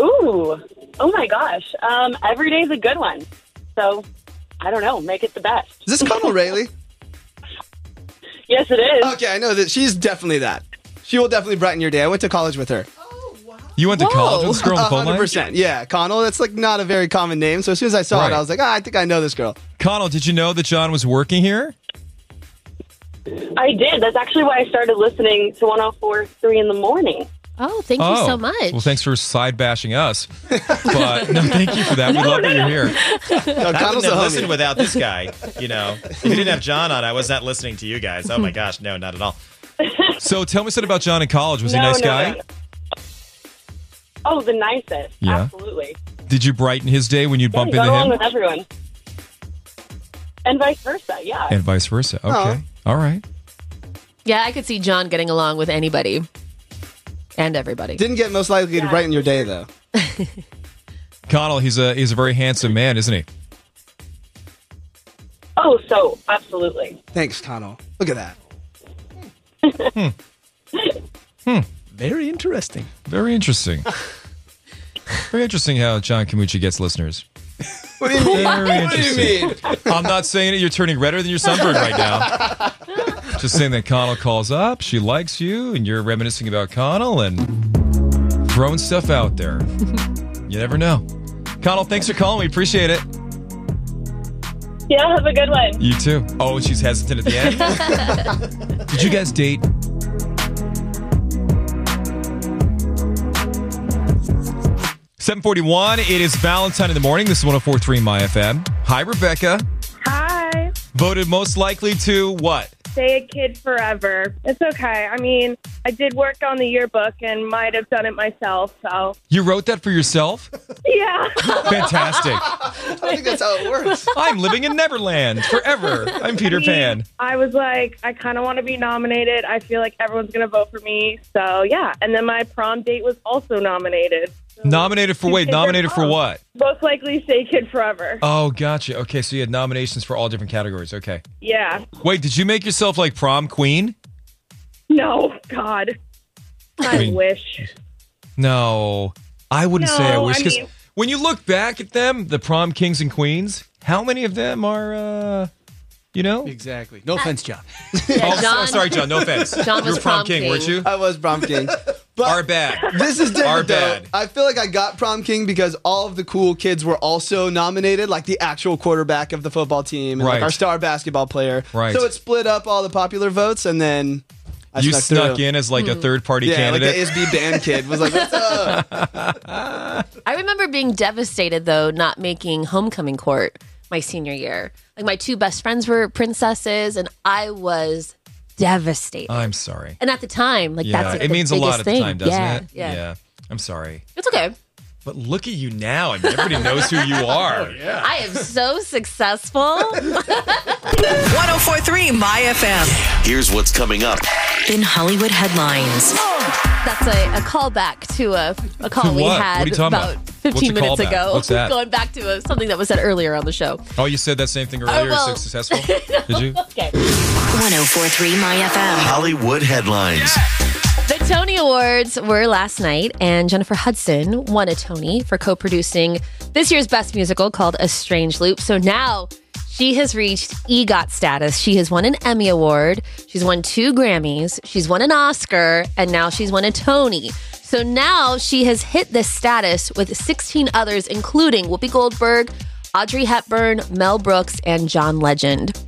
K: Ooh. Oh my gosh. Um, every day's a good one. So I don't know. Make it the best.
B: Is this Connell Rayleigh?
K: yes, it is.
B: Okay, I know that she's definitely that. She will definitely brighten your day. I went to college with her.
F: You went to college with this girl in the phone line?
B: 100%. Yeah, Connell. That's like not a very common name. So as soon as I saw
F: Right.
B: it, I was like, ah, I think I know this girl.
F: Connell, did you know that John was working here?
K: I did. That's actually why I started listening to 104.3 in the morning.
A: Oh, thank
F: Oh. Well, thanks for side bashing us. But no, thank you for that. We love that you're here.
O: I
B: Connell's
O: wouldn't
B: a
O: have
B: homie.
O: listened without this guy. You know, if we didn't have John on, I was not listening to you guys. Oh my gosh, no, not at all.
F: So tell me something about John in college. Was he a
K: No,
F: nice
K: no,
F: guy?
K: no. Oh, the nicest.
F: Yeah.
K: Absolutely.
F: Did you brighten his day when you
K: Yeah,
F: bump
K: you got
F: into
K: along
F: him?
K: with everyone. And vice versa, yeah.
F: and vice versa. Okay.
A: Aw.
B: Oh.
F: All right.
A: Yeah, I could see John getting along with anybody and everybody.
B: Didn't get most likely to brighten your day though.
F: Connell, he's a he's a very handsome man, isn't he?
K: Oh, so absolutely.
B: Thanks, Connell. Look at that.
F: Hmm. Very interesting. Very interesting. very interesting how John Camucci gets listeners.
B: What do you mean?
F: Very
B: What do you mean?
F: interesting. I'm not saying it. You're turning redder than your sunburn right now. Just saying that Connell calls up, she likes you, and you're reminiscing about Connell and throwing stuff out there. You never know. Connell, thanks for calling. We appreciate it.
K: Yeah, have a good one.
F: You too. Oh, and she's hesitant at the end. Did you guys date? Seven forty-one. It is Valentine in the morning. This is 104.3 My FM. Hi, Rebecca.
P: Hi.
F: Voted most likely to what?
P: Stay a kid forever. It's okay. I mean, I did work on the yearbook and might have done it myself. So,
F: You wrote that for yourself?
P: yeah.
F: Fantastic.
B: I don't think that's how it works.
F: I'm living in Neverland forever. I'm Peter Pan.
P: I was like, I kind of want to be nominated. I feel like everyone's going to vote for me. So, yeah. And then my prom date was also nominated.
F: Nominated for wait, nominated for what?
P: Most likely stay kid forever.
F: Oh, gotcha. Okay, so you had nominations for all different categories. Okay.
P: Yeah.
F: Wait, did you make yourself like prom queen?
P: No, God. I
F: Queen.
P: wish.
F: No, I wouldn't say I
P: No,
F: wish
P: I
F: because
P: mean-
F: when you look back at them, the prom kings and queens, how many of them are, uh, you know?
B: Exactly. No offense, John.
F: oh, so- sorry, John. No offense. you were prom king, weren't you?
B: I was prom king. But
F: Our bad.
B: This is different.
F: Our
B: though.
F: bad.
B: I feel like I got prom king because all of the cool kids were also nominated, like the actual quarterback of the football team, and like
F: Right.
B: our star basketball player.
F: Right.
B: So it split up all the popular votes, and then I
F: you
B: snuck,
F: snuck
B: through.
F: in as like a third party
B: yeah,
F: candidate.
B: like the SB band kid was like, "What's up?"
A: I remember being devastated though, not making homecoming court my senior year. Like my two best friends were princesses, and I was devastated.
F: I'm sorry.
A: and at the time, like
F: yeah,
A: that's like,
F: it
A: the
F: means a
A: biggest
F: lot at
A: thing.
F: the time, doesn't
A: yeah,
F: it?
A: Yeah.
F: I'm sorry.
A: it's okay.
F: But look at you now. I mean, everybody knows who you are.
A: I am so successful.
Q: 1043 My FM.
D: Here's what's coming up.
Q: In Hollywood headlines.
A: That's a, a callback to a, a call
D: To
A: we
D: what?
A: had
D: What are you talking
A: about
D: about?
A: 15
F: What's a
A: minutes
F: callback?
A: ago.
F: What's that?
A: Going back to uh something that was said earlier on the show.
F: Oh, you said that same thing earlier.
A: Oh, well.
F: so successful? Did you?
A: Okay.
Q: 1043 My FM.
D: Hollywood headlines.
A: The Tony Awards were last night, and Jennifer Hudson won a Tony for co producing this year's best musical called A Strange Loop. So now she has reached EGOT status. She has won an Emmy Award, she's won two Grammys, she's won an Oscar, and now she's won a Tony. So now she has hit this status with 16 others, including Whoopi Goldberg, Audrey Hepburn, Mel Brooks, and John Legend.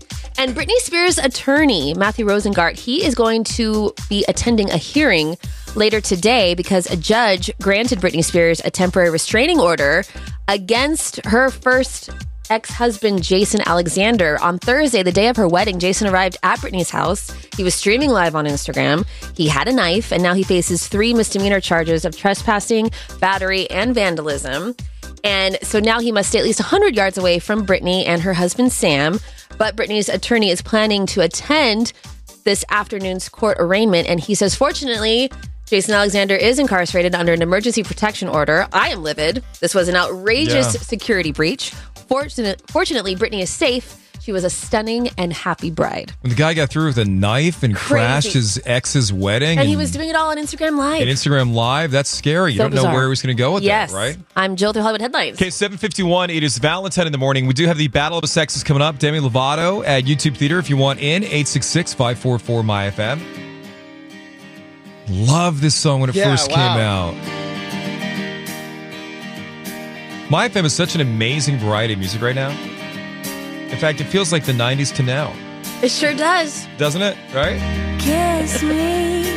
A: And Britney Spears' attorney, Matthew Rosengart, he is going to be attending a hearing later today because a judge granted Britney Spears a temporary restraining order against her first ex husband, Jason Alexander. On Thursday, the day of her wedding, Jason arrived at Britney's house. He was streaming live on Instagram. He had a knife, and now he faces three misdemeanor charges of trespassing, battery, and vandalism. And so now he must stay at least 100 yards away from Brittany and her husband Sam. But Brittany's attorney is planning to attend this afternoon's court arraignment. And he says, fortunately, Jason Alexander is incarcerated under an emergency protection order. I am livid. This was an outrageous
R: Yeah.
A: security breach. Fortunate, fortunately, Brittany is safe. She was a stunning and happy bride.
F: When the guy got through with a knife and crashed his ex's wedding,
A: And, he was doing it all on Instagram Live.
F: and Instagram Live. That's scary. You
A: So
F: don't know
A: bizarre.
F: where he was going to go with
A: yes.
F: that, right?
A: I'm Jill through Hollywood Headlines.
F: Okay, 751. It is Valentine in the morning. We do have the Battle of the Sexes coming up. Demi Lovato at YouTube Theater if you want in. 866-544-MyFM. Love this song when it
S: Yeah,
F: first came
S: wow.
F: out. My FM is such an amazing variety of music right now. In fact, it feels like the 90s to now,
A: It sure does.
F: doesn't it? Right?
I: Kiss me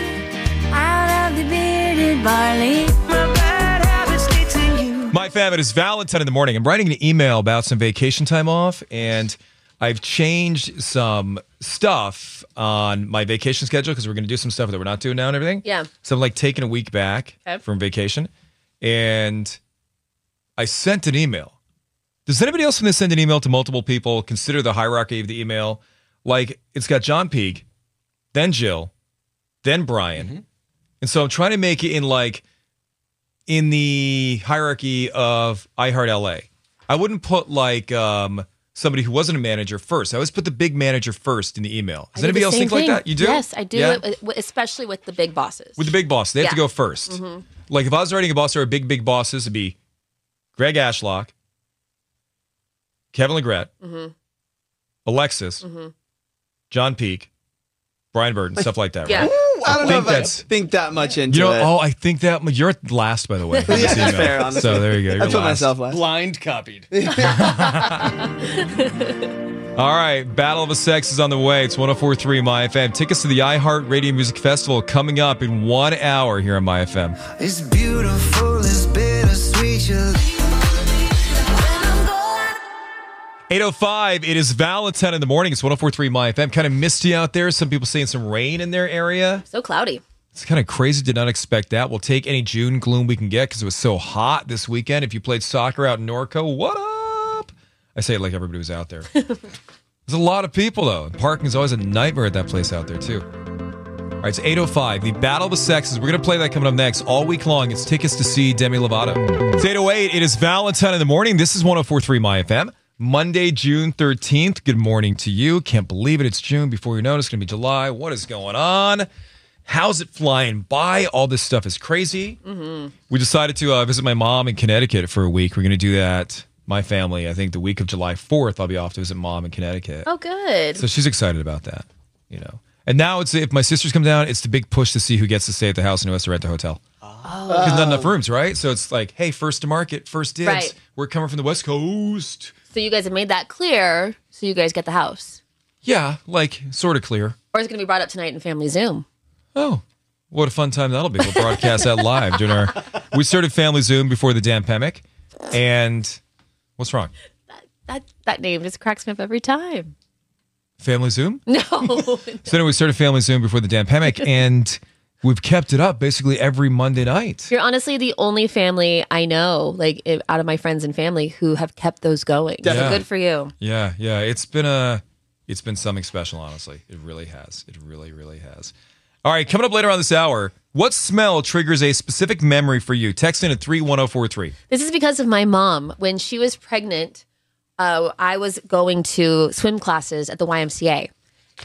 I: out of the bearded barley. My bad habits lead to you.
F: My fam, it is Valentine in the morning. I'm writing an email about some vacation time off, and I've changed some stuff on my vacation schedule because we're going to do some stuff that we're not doing now and everything.
A: Yeah.
F: So I'm like taking a week back
A: Okay.
F: from vacation, and I sent an email. Does anybody else want to send an email to multiple people? Consider the hierarchy of the email. Like it's got John Peak, then Jill, then Brian.
A: Mm-hmm.
F: And so I'm trying to make it in like in the hierarchy of iHeartLA. I wouldn't put like um, somebody who wasn't a manager first. I always put the big manager first in the email.
A: I
F: Does
A: do
F: anybody
A: the
F: else
A: same
F: think like
A: thing.
F: that? You do?
A: Yes, I do.
F: Yeah?
A: It, w- especially with the big bosses.
F: With the big boss, they have to go
A: Yeah.
F: 1st
A: Mhm.
F: Like if I was writing a boss or a big big bosses, it'd be Greg Ashlock, Kevin Legret,
A: Mhm.
F: Alexis,
A: Mhm.
F: John Peak, Brian Bird, and stuff like that.
A: Yeah.
F: Right?
B: Ooh, I don't know
F: think
B: if I
F: that's-
B: think that much into
F: You know,
B: it.
F: oh, I think that you're last, by the way. on this
B: Yeah,
F: email.
B: fair, honestly.
F: So there you go.
B: I
F: You're
B: put
F: last.
B: myself last.
S: Blind copied.
F: All right, Battle of the Sex is on the way. It's 1043 MyFM. Tickets to the iHeart Radio Music Festival coming up in one hour here on MyFM.
T: It's beautiful, it's bittersweet. You
F: 805, it is Valentine in the morning. It's 1043 MyFM. Kind of misty out there. Some people seeing some rain in their area.
A: So cloudy.
F: It's kind of crazy. Did not expect that. We'll take any June gloom we can get because it was so hot this weekend. If you played soccer out in Norco, what up? I say it like everybody was out there. There's a lot of people, though. Parking is always a nightmare at that place out there, too. All right, it's 805. The Battle with Sexes. We're going to play that coming up next all week long. It's tickets to see Demi Lovato. It's 808. It is Valentine in the morning. This is 1043 MyFM. Monday, June 13th. Good morning to you. Can't believe it. It's June. Before you know it, it's going to be July. What is going on? How's it flying by? All this stuff is crazy.
A: Mm-hmm.
F: We decided to uh, visit my mom in Connecticut for a week. We're going to do that. My family, I think the week of July 4th, I'll be off to visit mom in Connecticut.
A: Oh, good.
F: So she's excited about that, you know. And now it's if my sisters come down, it's the big push to see who gets to stay at the house and who has to rent the hotel.
A: Oh.
F: Because not enough rooms, right? So it's like, hey, first to market, first dibs.
A: Right.
F: We're coming from the West Coast.
A: So you guys have made that clear. So you guys get the house,
F: Yeah, like sort of clear.
A: or it's going to be brought up tonight in family Zoom.
F: Oh, what a fun time that'll be. We'll broadcast that live during our. We started Family Zoom before the damn pandemic. And what's wrong?
A: That that name just cracks me up every time.
F: Family Zoom?
A: No,
F: So then we started Family Zoom before the damn pandemic. And we've kept it up basically every Monday night.
A: you're honestly the only family I know, like i- out of my friends and family, who have kept those going. So
F: Yeah.
A: good for you.
F: Yeah, yeah. It's been a it's been something special, honestly. It really has. It really, really has. All right, coming up later on this hour, what smell triggers a specific memory for you? Text in at 31043.
A: This is because of my mom. When she was pregnant, uh, I was going to swim classes at the YMCA,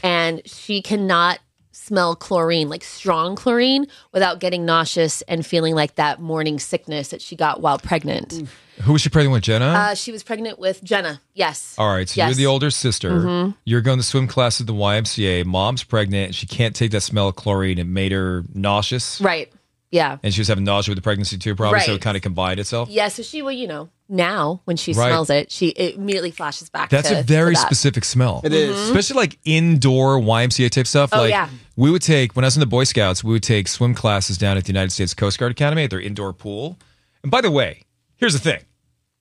A: and she cannot smell chlorine, like strong chlorine, without getting nauseous and feeling like that morning sickness that she got while pregnant.
F: Who was she pregnant with, Jenna?
A: Uh, she was pregnant with Jenna. Yes.
F: All right, so
A: yes.
F: you're the older sister.
A: Mhm.
F: You're going to swim class at the YMCA. Mom's pregnant. She can't take that smell of chlorine. It made her nauseous.
A: Right. Yeah.
F: And she was having nausea with the pregnancy too, probably. So
A: Right.
F: it kind of combined itself.
A: Yeah. So she will, you know, now when she
F: Right.
A: smells it, she it immediately flashes back.
F: That's
A: to-
F: a very
A: to that.
F: specific smell.
A: It is. Mhm.
F: Mm-hmm. Especially like indoor YMCA type stuff.
A: Oh,
F: like
A: yeah.
F: we would take when I was in the Boy Scouts, we would take swim classes down at the United States Coast Guard Academy at their indoor pool. And by the way, here's the thing.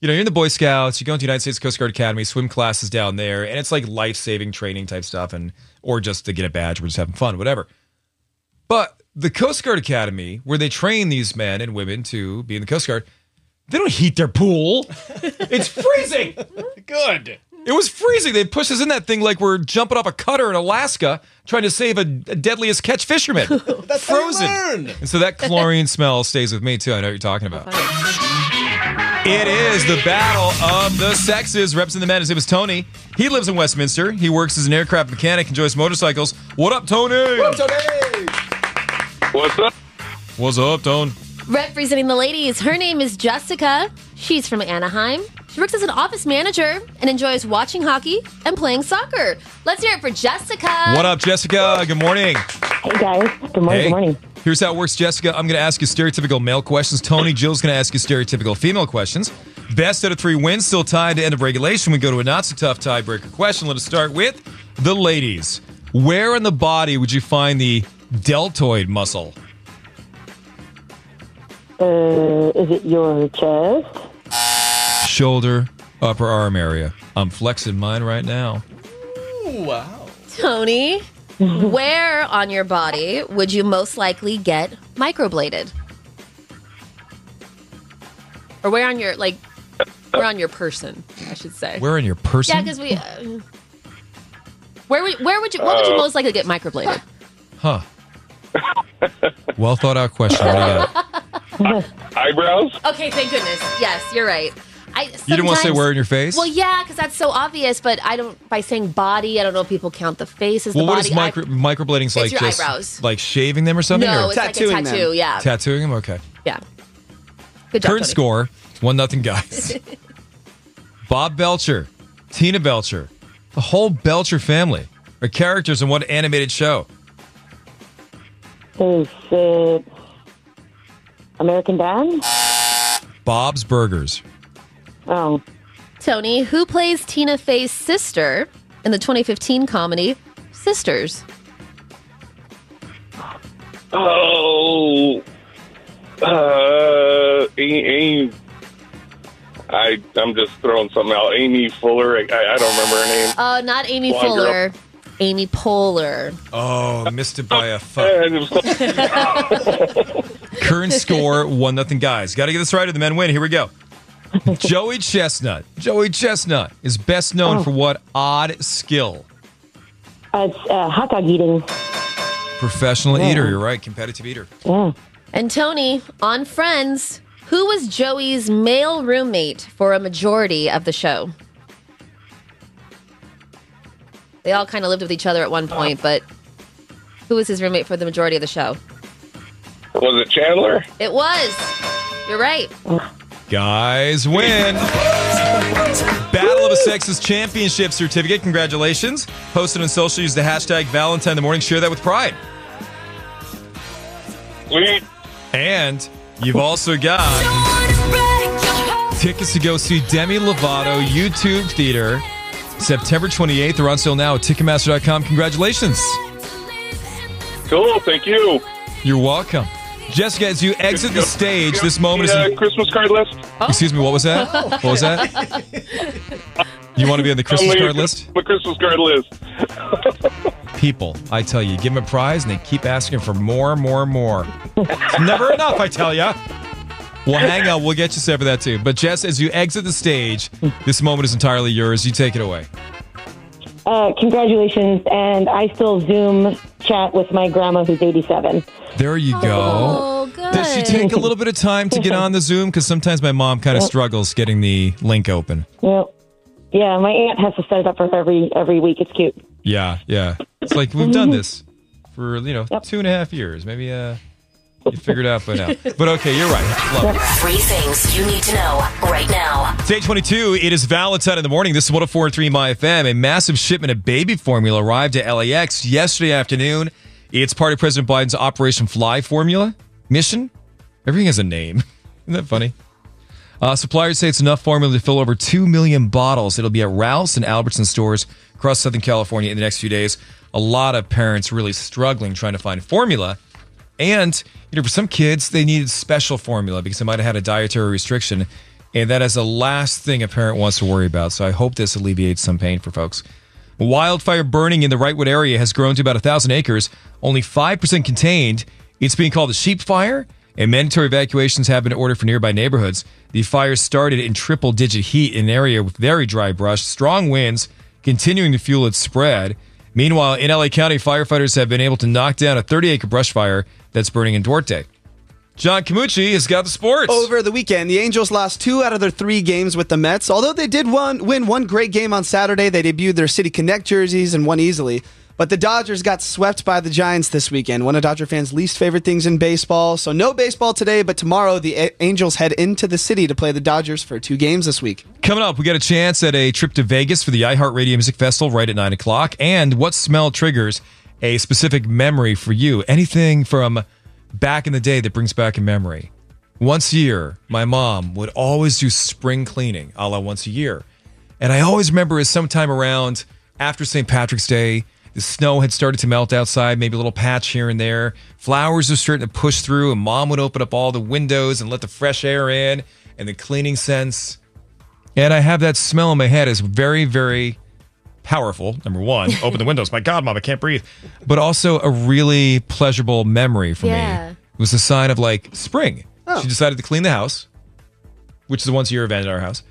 F: You know, you're in the Boy Scouts, you go into the United States Coast Guard Academy, swim classes down there, and it's like life saving training type stuff and or just to get a badge, we're just having fun, whatever. But the Coast Guard Academy, where they train these men and women to be in the Coast Guard, they don't heat their pool. It's freezing. Good. It was freezing. They pushed us in that thing like we're jumping off a cutter in Alaska trying to save a, a deadliest catch fisherman. That's Frozen. And so that chlorine smell stays with me too. I know what you're talking about. It is the battle of the sexes. Reps in the men. His name is Tony. He lives in Westminster. He works as an aircraft mechanic, enjoys motorcycles. What up, Tony? What up, Tony? What's up? What's up, Tone?
A: Representing the ladies, her name is Jessica. She's from Anaheim. She works as an office manager and enjoys watching hockey and playing soccer. Let's hear it for Jessica.
F: What up, Jessica? Good morning.
A: Hey guys.
F: Good morning. Good morning. Here's how it works, Jessica. I'm going to ask you stereotypical male questions. Tony, Jill's going to ask you stereotypical female questions. Best out of three wins, still tied to end of regulation. We go to a not so tough tiebreaker question. Let us start with the ladies. Where in the body would you find the deltoid muscle?
R: Uh, is it your chest?
F: Shoulder, upper arm area. I'm flexing mine right now.
A: Wow. Tony, where on your body would you most likely get microbladed? Or where on your like where on your person, I should say.
F: Where in your person?
A: Yeah, because we. Uh, where would where would you what would you
F: Uh,
A: most likely get microbladed?
F: Huh. Well thought out question. What do you got?
S: Eyebrows?
A: Okay, thank goodness. Yes, you're right. I,
F: You didn't want to say
A: sometimes-
F: where in your face?
A: Well, yeah, because that's so obvious. But I don't by saying body. I don't know if people count the face as
F: well,
A: the
F: what
A: body.
F: is micro microblading?
A: It's
F: Like
A: your
F: just
A: eyebrows.
F: like shaving them or something?
A: No,
F: or
A: it's like a Tattooing them. tattoo, yeah.
F: tattooing them. Okay.
A: I- yeah. Good job.
F: Current
A: Tony.
F: score one nothing guys. Bob Belcher, Tina Belcher, the whole Belcher family are characters in what animated show?
R: Is it American Dad?
F: Bob's Burgers.
R: Oh,
A: Tony, who plays Tina Fey's sister in the 2015 comedy Sisters?
S: Oh. Uh, A- Amy. I, I'm just throwing something out. Amy Fuller. I, I don't remember her name.
A: Oh, not Amy
S: Blonde girl.
A: Fuller. Amy Poehler.
F: Oh, missed it by a fuck. Current score one nothing guys. Got to get this right or the men win. Here we go. Joey Chestnut. Joey Chestnut is best known for what odd skill?
R: it's uh, hot dog eating.
F: Professional
A: Yeah.
F: eater, you're right. Competitive eater.
A: Mm. And Tony, on Friends, who was Joey's male roommate for a majority of the show? They all kind of lived with each other at one point, but who was his roommate for the majority of the show?
S: Was it Chandler?
A: It was. You're right.
F: Guys win. Battle of the Sexes Championship certificate. Congratulations. Post it on social. Use the hashtag Valentine in the morning. Share that with pride.
S: Sweet.
F: And you've also got tickets to go see Demi Lovato YouTube Theater September 28th. They're on sale now at Ticketmaster.com. Congratulations.
S: Cool. Thank you.
F: You're welcome. Jessica, as you exit the stage, this moment
S: The,
F: is.
S: uh, Christmas card list.
F: Excuse me, what was that? What was that? You want to be on the Christmas
S: Only
F: card list?
S: The Christmas card list.
F: people. I tell you, give them a prize and they keep asking for more, more, more. It's never enough, I tell you. Well, hang on. We'll get you set for that too. But Jess, as you exit the stage, this moment is entirely yours. You take it away.
R: Uh, congratulations, and I still Zoom chat with my grandma who's 87.
F: There you
M: Oh,
F: go. Does she take a little bit of time to get on the Zoom? Because sometimes my mom kind of struggles getting the link open.
R: Well, yeah, my aunt has to set it up for her every every week. It's cute.
F: Yeah, yeah. It's like we've done this for you know two and a half years. Maybe uh, you figured it out by now. But okay, you're right. Love it.
J: Three things you need to know right now.
F: Day 22, it is Valentine in the morning. This is 1043 My FM. A massive shipment of baby formula arrived at LAX yesterday afternoon. It's part of President Biden's Operation Fly formula mission. Everything has a name. Isn't that funny? Uh, suppliers say it's enough formula to fill over 2 million bottles. It'll be at Ralph's and Albertson stores across Southern California in the next few days. A lot of parents really struggling trying to find formula. And, you know, for some kids, they needed special formula because they might have had a dietary restriction. And that is the last thing a parent wants to worry about. So I hope this alleviates some pain for folks. Wildfire burning in the Wrightwood area has grown to about 1,000 acres, only 5% contained. It's being called a sheep fire, and mandatory evacuations have been ordered for nearby neighborhoods. The fire started in triple digit heat in an area with very dry brush, strong winds continuing to fuel its spread. Meanwhile, in LA County, firefighters have been able to knock down a 30 acre brush fire that's burning in Duarte. John Camucci has got the sports.
B: Over the weekend, the Angels lost two out of their three games with the Mets. Although they did one, win one great game on Saturday, they debuted their City Connect jerseys and won easily. But the Dodgers got swept by the Giants this weekend, one of Dodger fans' least favorite things in baseball. So no baseball today, but tomorrow the A- Angels head into the city to play the Dodgers for two games this week.
F: Coming up, we got a chance at a trip to Vegas for the iHeartRadio Music Festival right at 9 o'clock. And what smell triggers a specific memory for you? Anything from back in the day that brings back a memory. Once a year, my mom would always do spring cleaning a la once a year. And I always remember is sometime around after St. Patrick's Day, the snow had started to melt outside, maybe a little patch here and there. Flowers were starting to push through, and mom would open up all the windows and let the fresh air in and the cleaning sense. And I have that smell in my head is very, very powerful. Number one, open the windows. My God, mom, I can't breathe. But also a really pleasurable memory for
A: Yeah. Oh.
F: me. It was a sign of like spring. She decided to clean the house, which is the once a year event at our house.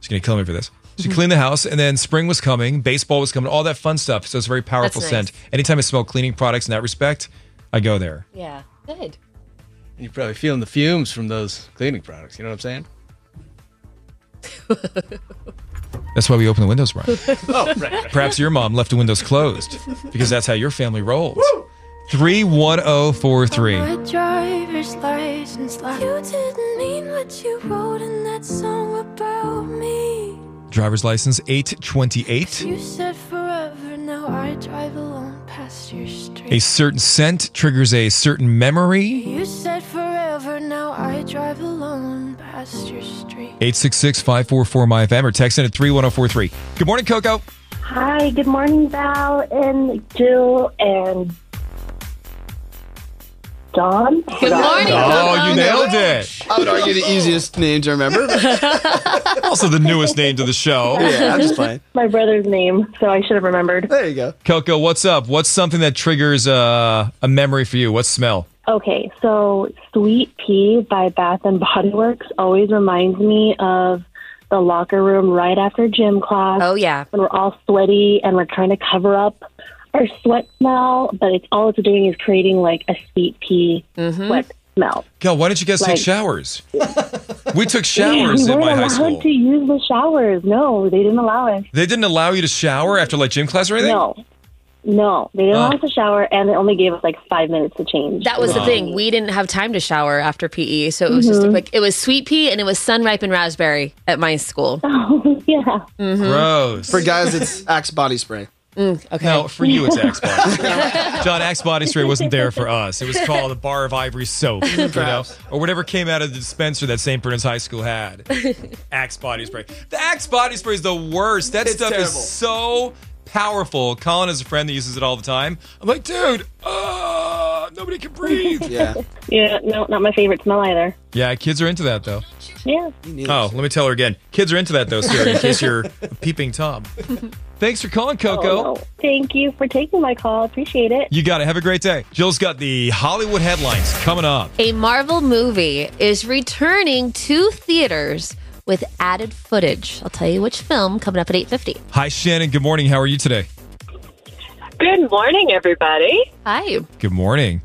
F: She's going to kill me for this.
A: Mm-hmm.
F: She cleaned the house, and then spring was coming, baseball was coming, all that fun stuff. So it's a very powerful
A: nice.
F: scent. Anytime I smell cleaning products in that respect, I go there.
A: Yeah. Good.
C: You're probably feeling the fumes from those cleaning products. You know what I'm saying?
F: That's why we open the windows, Brian.
C: oh, right.
F: Perhaps your mom left the windows closed because that's how your family rolls. 31043.
I: My driver's license like You didn't mean what you wrote in that song about me.
F: Driver's license 828.
I: You said forever, now I drive alone past your street.
F: A certain scent triggers a certain memory.
I: You said forever, now I drive alone past your street.
F: 866 544 MyFM or text in at 31043. Good morning, Coco.
L: Hi, good morning, Val and Jill and Don.
I: Good morning.
F: Oh, you nailed it.
B: I would argue the easiest name to remember.
F: Also, the newest name to the show.
B: Yeah, I'm just playing.
L: My brother's name, so I should have remembered.
B: There you go.
F: Coco, what's up? What's something that triggers uh, a memory for you? What smell?
L: Okay, so Sweet Pea by Bath and Body Works always reminds me of the locker room right after gym class.
A: Oh yeah.
L: When we're all sweaty and we're trying to cover up
U: or sweat smell, but it's all it's doing is creating like a sweet pea sweat smell.
F: Gal, why didn't you guys
U: Like-
F: take showers? we took showers
U: we weren't
F: in my high
U: allowed
F: school.
U: to use the showers. No, they didn't allow us.
F: They didn't allow you to shower after like gym class or anything?
U: No. No, they didn't
F: Oh.
U: allow us to shower, and they only gave us like five minutes to change.
A: That was the
U: Wow.
A: thing. We didn't have time to shower after PE, so it was just a
U: Mhm.
A: quick. It was sweet pea and it was sun ripened raspberry at my school.
U: Oh yeah.
A: Mm-hmm.
F: Gross.
B: For guys, it's Axe body spray.
A: okay.
F: No, for you it's Axe Body Spray. John, Axe Body Spray wasn't there for us. It was called a bar of ivory soap, you know, or whatever came out of the dispenser that St. Bernard's High School had. Axe Body Spray. The Axe Body Spray oh. is the worst. That
V: It's
F: stuff
V: terrible.
F: is so powerful. Colin has a friend that uses it all the time. I'm like, dude, uh, nobody can breathe. Yeah.
U: yeah, no, not my favorite smell either.
F: Yeah, kids are into that though.
U: Yeah.
F: Oh, let me tell her again. Kids are into that though, Sarah, in case you're a peeping Tom. Thanks for calling, Coco.
U: Thank you for taking my call. Appreciate it.
F: You got it. Have a great day. Jill's got the Hollywood headlines coming up.
A: A Marvel movie is returning to theaters with added footage. I'll tell you which film coming up at 8:50.
F: Hi, Shannon. Good morning. How are you today?
M: Good morning, everybody.
A: Hi.
F: Good morning.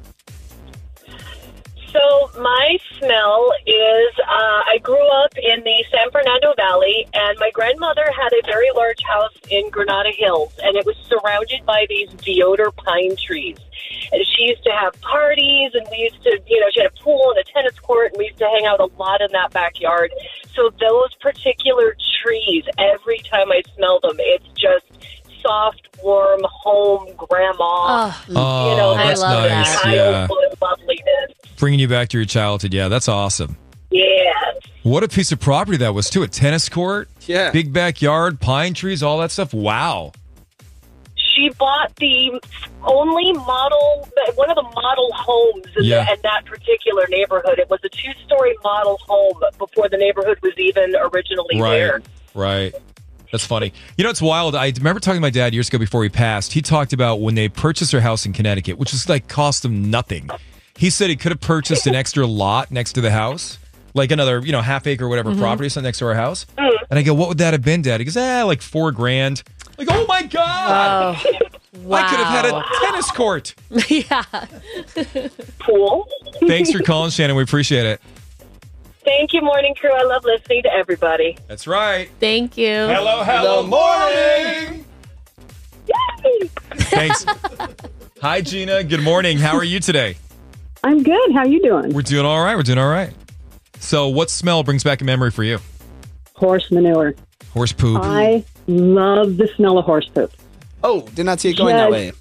M: So, my smell is uh, I grew up in the San Fernando Valley, and my grandmother had a very large house in Granada Hills, and it was surrounded by these deodor pine trees. And she used to have parties, and we used to, you know, she had a pool and a tennis court, and we used to hang out a lot in that backyard. So, those particular trees, every time I smell them, it's just soft, warm, home, grandma.
F: Oh, that's nice. Yeah.
M: childhood loveliness.
F: Bringing you back to your childhood. Yeah, that's awesome.
M: Yeah.
F: What a piece of property that was, too. A tennis court.
M: Yeah.
F: Big backyard, pine trees, all that stuff. Wow.
M: She bought the only model, one of the model homes in,
F: Yeah.
M: the, in that particular neighborhood. It was a two story model home before the neighborhood was even originally
F: Right.
M: there.
F: Right. That's funny. You know, it's wild. I remember talking to my dad years ago before he passed. He talked about when they purchased their house in Connecticut, which was like cost them nothing. He said he could have purchased an extra lot next to the house, like another, you know, half acre or whatever
V: Mhm.
M: Mm-hmm.
F: property, something next to our house. And I go, what would that have been, dad? He goes, ah, like four grand. Like, oh my God.
A: Oh,
F: I could have had a tennis court.
A: yeah.
M: Pool.
F: Thanks for calling, Shannon. We appreciate it.
M: Thank you, morning crew. I love listening to everybody.
F: That's right.
A: Thank you.
F: Hello, Oh, hello, morning. Thanks. Hi, Gina. Good morning. How are you today?
W: I'm good. How you doing?
F: We're doing all right. We're doing all right. So, what smell brings back a memory for you?
W: Horse manure.
F: Horse poop.
W: I love the smell of horse poop.
B: Oh, did not see it going that way.
W: Yes.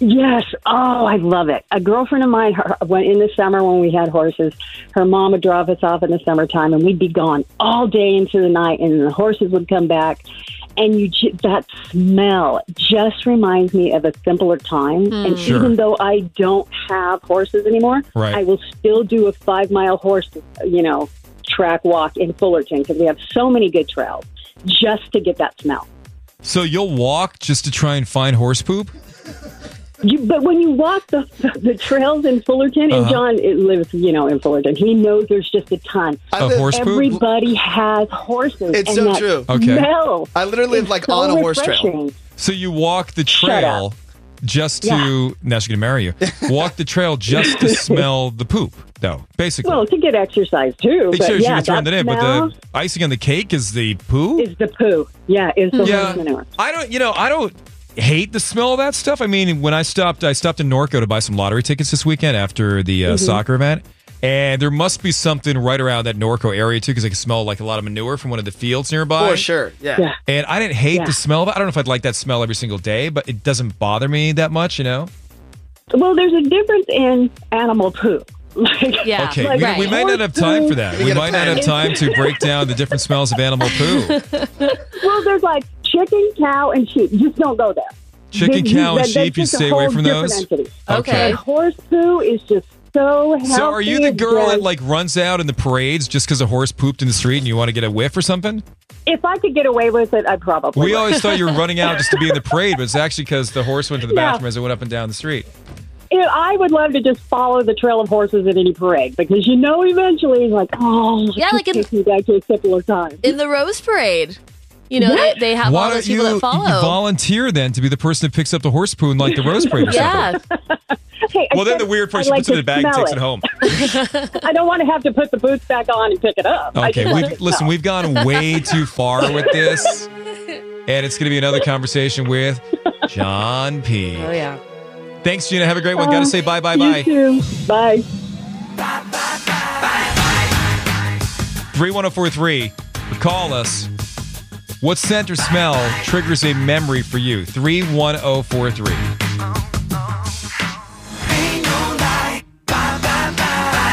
W: Yes. Oh, I love it. A girlfriend of mine, her, when in the summer when we had horses, her mom would drop us off in the summertime, and we'd be gone all day into the night, and the horses would come back, and you ju- that smell just reminds me of a simpler time. And
X: Hmm. Sure.
W: even though I don't have horses anymore,
X: Right.
W: I will still do a five mile horse, you know, track walk in Fullerton because we have so many good trails just to get that smell.
F: So, you'll walk just to try and find horse poop?
W: You, but when you walk the the trails in Fullerton, and
F: Uh-huh.
W: John it lives, you know, in Fullerton, he knows there's just a ton.
B: Of horse poop?
W: Everybody has horses.
B: It's
W: and
B: so
W: that
B: true.
F: Okay.
W: Smell.
B: I literally live
W: is
B: like
W: so
B: on a horse trail.
W: refreshing.
F: So, you walk the
W: Shut
F: trail just to. Now she's going to marry you. Walk the trail just to smell the poop, though, basically.
W: Well, to get exercise too.
F: Hey,
W: but
F: sure, she
W: yeah,
F: can turn
W: that
F: that in, but
W: smell
F: the icing on the cake is the poo.
W: is the poo. Yeah, is the
F: Yeah.
W: horse manure.
F: I don't, you know, I don't hate the smell of that stuff. I mean, when I stopped, I stopped in Norco to buy some lottery tickets this weekend after the uh,
W: Mhm.
F: soccer event. And there must be something right around that Norco area too, because I can smell like a lot of manure from one of the fields nearby.
B: For sure, yeah. Yeah.
F: And I didn't hate
W: Yeah.
F: the smell of it. I don't know if I'd like that smell every single day, but it doesn't bother me that much, you know.
W: Well, there's a difference in animal poo. Like,
A: yeah.
F: okay, we, we might not have time for that.
W: We
F: We
W: gotta
F: might not have
W: plan.
F: time to break down the different smells of animal poo.
W: well, there's like chicken, cow, and sheep. Just don't go there.
F: Chicken,
W: They-
F: cow, and
W: that- that's
F: sheep, you
W: just a
F: stay away
W: whole
F: from
W: different
F: those?
W: entity.
F: Okay.
W: And horse poo is just so healthy.
F: So are you the
W: It's
F: girl
W: just-
F: that like runs out in the parades just because a horse pooped in the street and you want to get a whiff or something?
W: If I could get away with it, I probably.
F: We
W: would.
F: always thought you were running out just to be in the parade, but it's actually because the horse went to the
W: No.
F: bathroom as it went up and down the street.
W: It, I would love to just follow the trail of horses at any parade because you know eventually, like, oh,
A: Yeah,
W: it
A: like in-
W: takes me back to a simpler time.
A: In the Rose Parade. You know, they, they have
F: Why
A: all those
F: don't
A: people
F: you
A: that follow.
F: volunteer then to be the person that picks up the horse poo in like the rose parade or something?
A: yeah.
W: Hey, I
F: Well, then
W: said
F: the weird
W: I
F: person
W: like
F: puts it in
W: to
F: the bag and
W: smell
F: takes it home.
W: I don't want to have to put the boots back on and pick it up. I
F: Okay,
W: just
F: we've,
W: like to
F: listen,
W: smell.
F: we've gone way too far with this, and it's going to be another conversation with John P.
A: Oh, yeah.
F: Thanks, Gina. Have a great one. Got to say bye, bye,
W: Oh, You
F: bye.
W: too. Bye.
F: 31043 or oh call us. What scent or smell triggers a memory for you? 31043.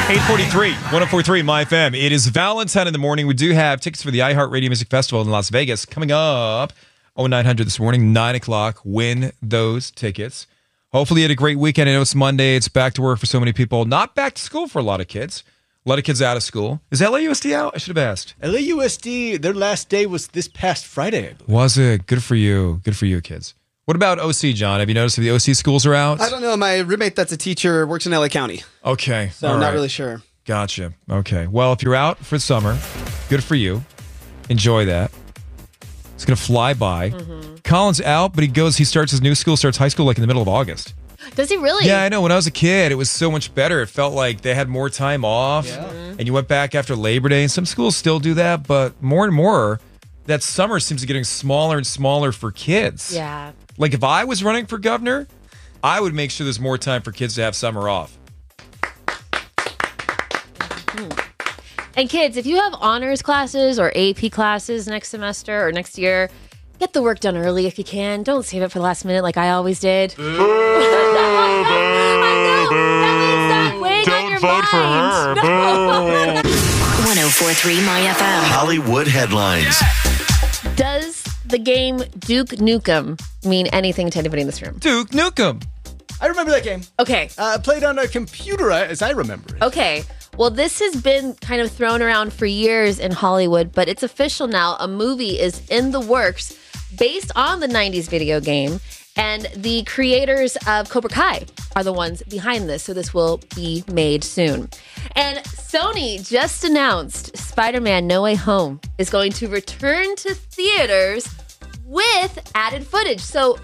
F: Eight forty-three, one zero four three, my FM. It is Valentine in the morning. We do have tickets for the iHeartRadio Music Festival in Las Vegas coming up. Oh, 900 this morning, nine o'clock. Win those tickets. Hopefully, you had a great weekend. I know it's Monday. It's back to work for so many people. Not back to school for a lot of kids. A lot of kids out of school. Is LAUSD out? I should have asked.
C: LAUSD, their last day was this past Friday. I believe.
F: Was it good for you? Good for you, kids. What about OC, John? Have you noticed if the OC schools are out?
B: I don't know. My roommate that's a teacher works in LA County.
F: Okay,
B: So
F: all
B: I'm not
F: right.
B: really sure.
F: Gotcha. Okay. Well, if you're out for the summer, good for you. Enjoy that. It's gonna fly by.
B: Mm-hmm.
F: Colin's out, but he goes. He starts his new school. Starts high school like in the middle of August.
A: Does he really?
F: Yeah, I know. When I was a kid, it was so much better. It felt like they had more time off,
A: Mm-hmm.
F: and you went back after Labor Day. And some schools still do that, but more and more, that summer seems to be getting smaller and smaller for kids.
A: Yeah.
F: Like if I was running for governor, I would make sure there's more time for kids to have summer off.
A: And kids, if you have honors classes or AP classes next semester or next year, get the work done early if you can. Don't save it for the last minute like I always did. Don't vote for her.
Q: 1043 My FM.
D: Hollywood headlines.
A: Does the game Duke Nukem mean anything to anybody in this room?
F: Duke Nukem.
C: I remember that game.
A: Okay.
C: Uh, I played on a computer, I- as I remember.
A: Okay. Well, this has been kind of thrown around for years in Hollywood, but it's official now. A movie is in the works based on the 90s video game, and the creators of Cobra Kai are the ones behind this. So this will be made soon. And Sony just announced Spider Man No Way Home is going to return to theaters with added footage. So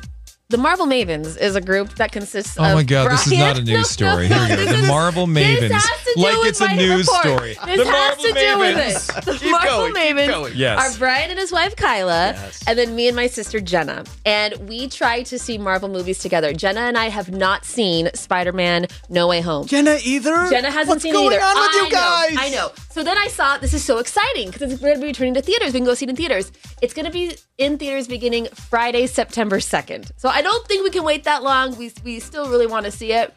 A: the Marvel Mavens is a group that consists of
F: Oh my God, this is
A: Brian-
F: not a news
A: No, no,
F: story. Here we
A: no,
F: go.
A: this
F: The
A: is-
F: Marvel
A: this
F: Mavens.
A: has to do
F: Like
A: with
F: it's a
A: my
F: news
A: report.
F: story.
A: This
F: The
A: has
F: Marvel
A: to do
F: Mavens.
A: with it. The Marvel Mavens
F: going. Yes.
A: are Brian and his wife Kyla, and then me and my sister Jenna. And we try to see Marvel movies together. Jenna and I have not seen Spider Man No Way Home.
C: Jenna either?
A: Jenna hasn't
C: What's
A: seen
C: going
A: it either.
C: on with you
A: I know,
C: guys?
A: I know. So then I saw this is so exciting because it's going to be returning to theaters. We can go see it in theaters. It's going to be in theaters beginning Friday, September 2nd. So I don't think we can wait that long. We, we still really want to see it.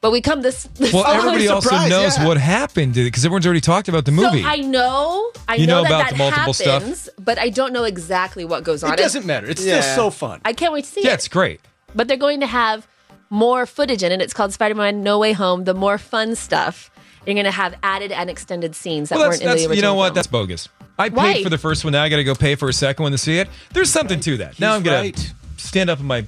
A: But we come this. this
F: Well,
A: summer.
F: everybody also knows what happened because everyone's already talked about the movie.
A: So I know, I
F: You know
A: that
F: about
A: that
F: the multiple stuff?
A: happens, but I don't know exactly what goes on.
C: It doesn't matter. It's
A: Yeah.
C: still so fun.
A: I can't wait to see
F: yeah,
A: it.
F: it's great.
A: But they're going to have more footage in it. It's called Spider-Man: No Way Home. The more fun stuff. You're going to have added and extended scenes that
F: well, that's,
A: weren't in
F: that's
A: the original.
F: you know what?
A: film.
F: That's bogus. I paid
A: Why?
F: for the first one. Now I got to go pay for a second one to see it. There's something to that. now
C: He's
F: I'm gonna
C: right.
F: stand up on my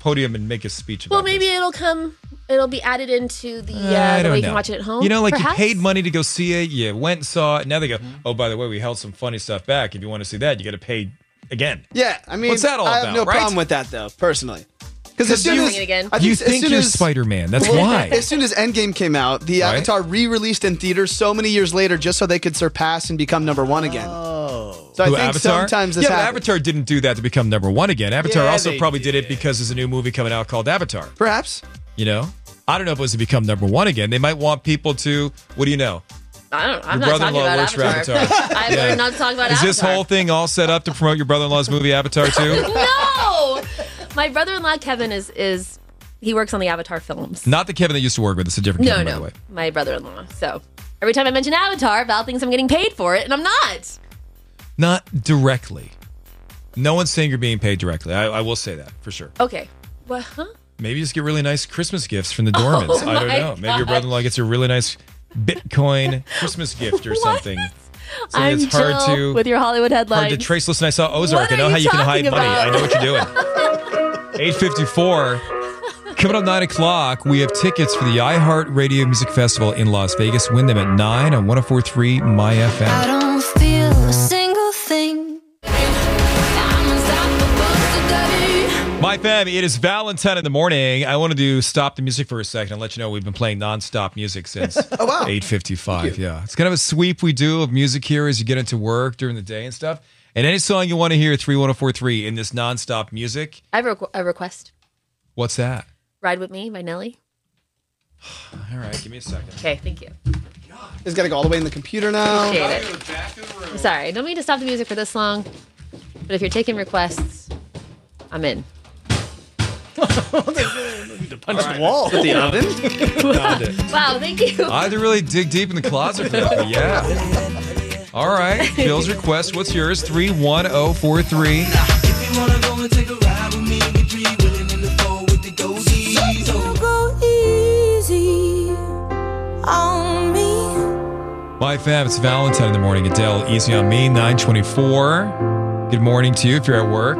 F: podium and make a speech. About
A: well, maybe it'll come. It'll be added into the,
F: it. I
A: uh, the
F: don't
A: way you
F: know.
A: can watch it at home.
F: You know, like
A: perhaps?
F: you paid money to go see it. You went and saw it. Now they go,
B: Mm-hmm.
F: oh, by the way, we held some funny stuff back. If you want to see that, you got to pay again.
B: Yeah, I mean,
F: What's that all
B: I
F: about,
B: have no
F: right?
B: problem with that though, personally. Because as soon
A: you're
B: as
A: doing it again.
B: I
F: you
B: as
F: think
B: soon
F: you're
B: as-
F: Spider Man. That's
B: Well,
F: why.
B: As soon as Endgame came out, the
F: Right.
B: Avatar re-released in theaters so many years later, just so they could surpass and become number one again. Oh, so I
F: Who,
B: think sometimes this
F: yeah, but
B: happens.
F: Avatar didn't do that to become number one again. Avatar
B: Yeah,
F: also
B: they
F: probably did. it because there's a new movie coming out called Avatar.
B: Perhaps.
F: You know, I don't know if it was to become number one again. They might want people to. What do you know?
A: I don't, I'm
F: Your
A: not talking
F: brother-in-law
A: about
F: works for
A: Avatar.
F: Avatar.
A: I
F: Yeah.
A: better not talk about
F: Is
A: Avatar.
F: this whole thing all set up to promote your brother-in-law's movie Avatar too?
A: no, my brother-in-law Kevin is is he works on the Avatar films.
F: Not the Kevin that used to work with. It's a different
A: No,
F: Kevin, by the
A: no,
F: way.
A: my brother-in-law. So every time I mention Avatar, Val thinks I'm getting paid for it, and I'm not.
F: Not directly. No one's saying you're being paid directly. I, I will say that for sure.
A: Okay, what? Huh?
F: Maybe you just get really nice Christmas gifts from the Dormans. I don't
A: Oh my
F: know. Maybe your
A: gosh.
F: brother-in-law gets you a really nice Bitcoin Christmas gift or something. Something
A: I'm
F: that's hard
A: Jill
F: to
A: with your Hollywood headlines.
F: hard to trace. Listen, I saw Ozark.
A: What
F: I know
A: are
F: how
A: you
F: you can hide
A: talking
F: money. I
A: about?
F: know what you're doing. Eight fifty-four. Coming up nine o'clock, we have tickets for the iHeart Radio Music Festival in Las Vegas. Win them at nine on 104.3 My FM.
I: I don't feel a single thing.
F: FM. It is Valentine in the morning. I wanted to stop the music for a second and let you know we've been playing nonstop music since
C: Oh, wow.
F: 8:55. Yeah, it's kind of a sweep we do of music here as you get into work during the day and stuff. And any song you want to hear, three one zero four three in this nonstop music.
A: I have a requ- a request.
F: What's that?
A: Ride with me by Nelly.
F: All right, give me a second.
A: Okay, thank you.
B: It's got to go all the way in the computer now.
A: Appreciate it. I'm sorry, I don't mean to stop the music for this long, but if you're taking requests, I'm in.
O: Punch the wall.
B: With the oven?
F: Found it.
A: Wow, thank you.
F: I had to really dig deep in the closet for that. but yeah. All right, Phil's request. What's yours? Three one zero four three.
T: If you wanna go and take a ride with me, we three willing in the four with the goatees.
I: So go easy on me.
F: My fam, it's Valentine in the morning. Adele, easy on me. Nine twenty four. Good morning to you if you're at work.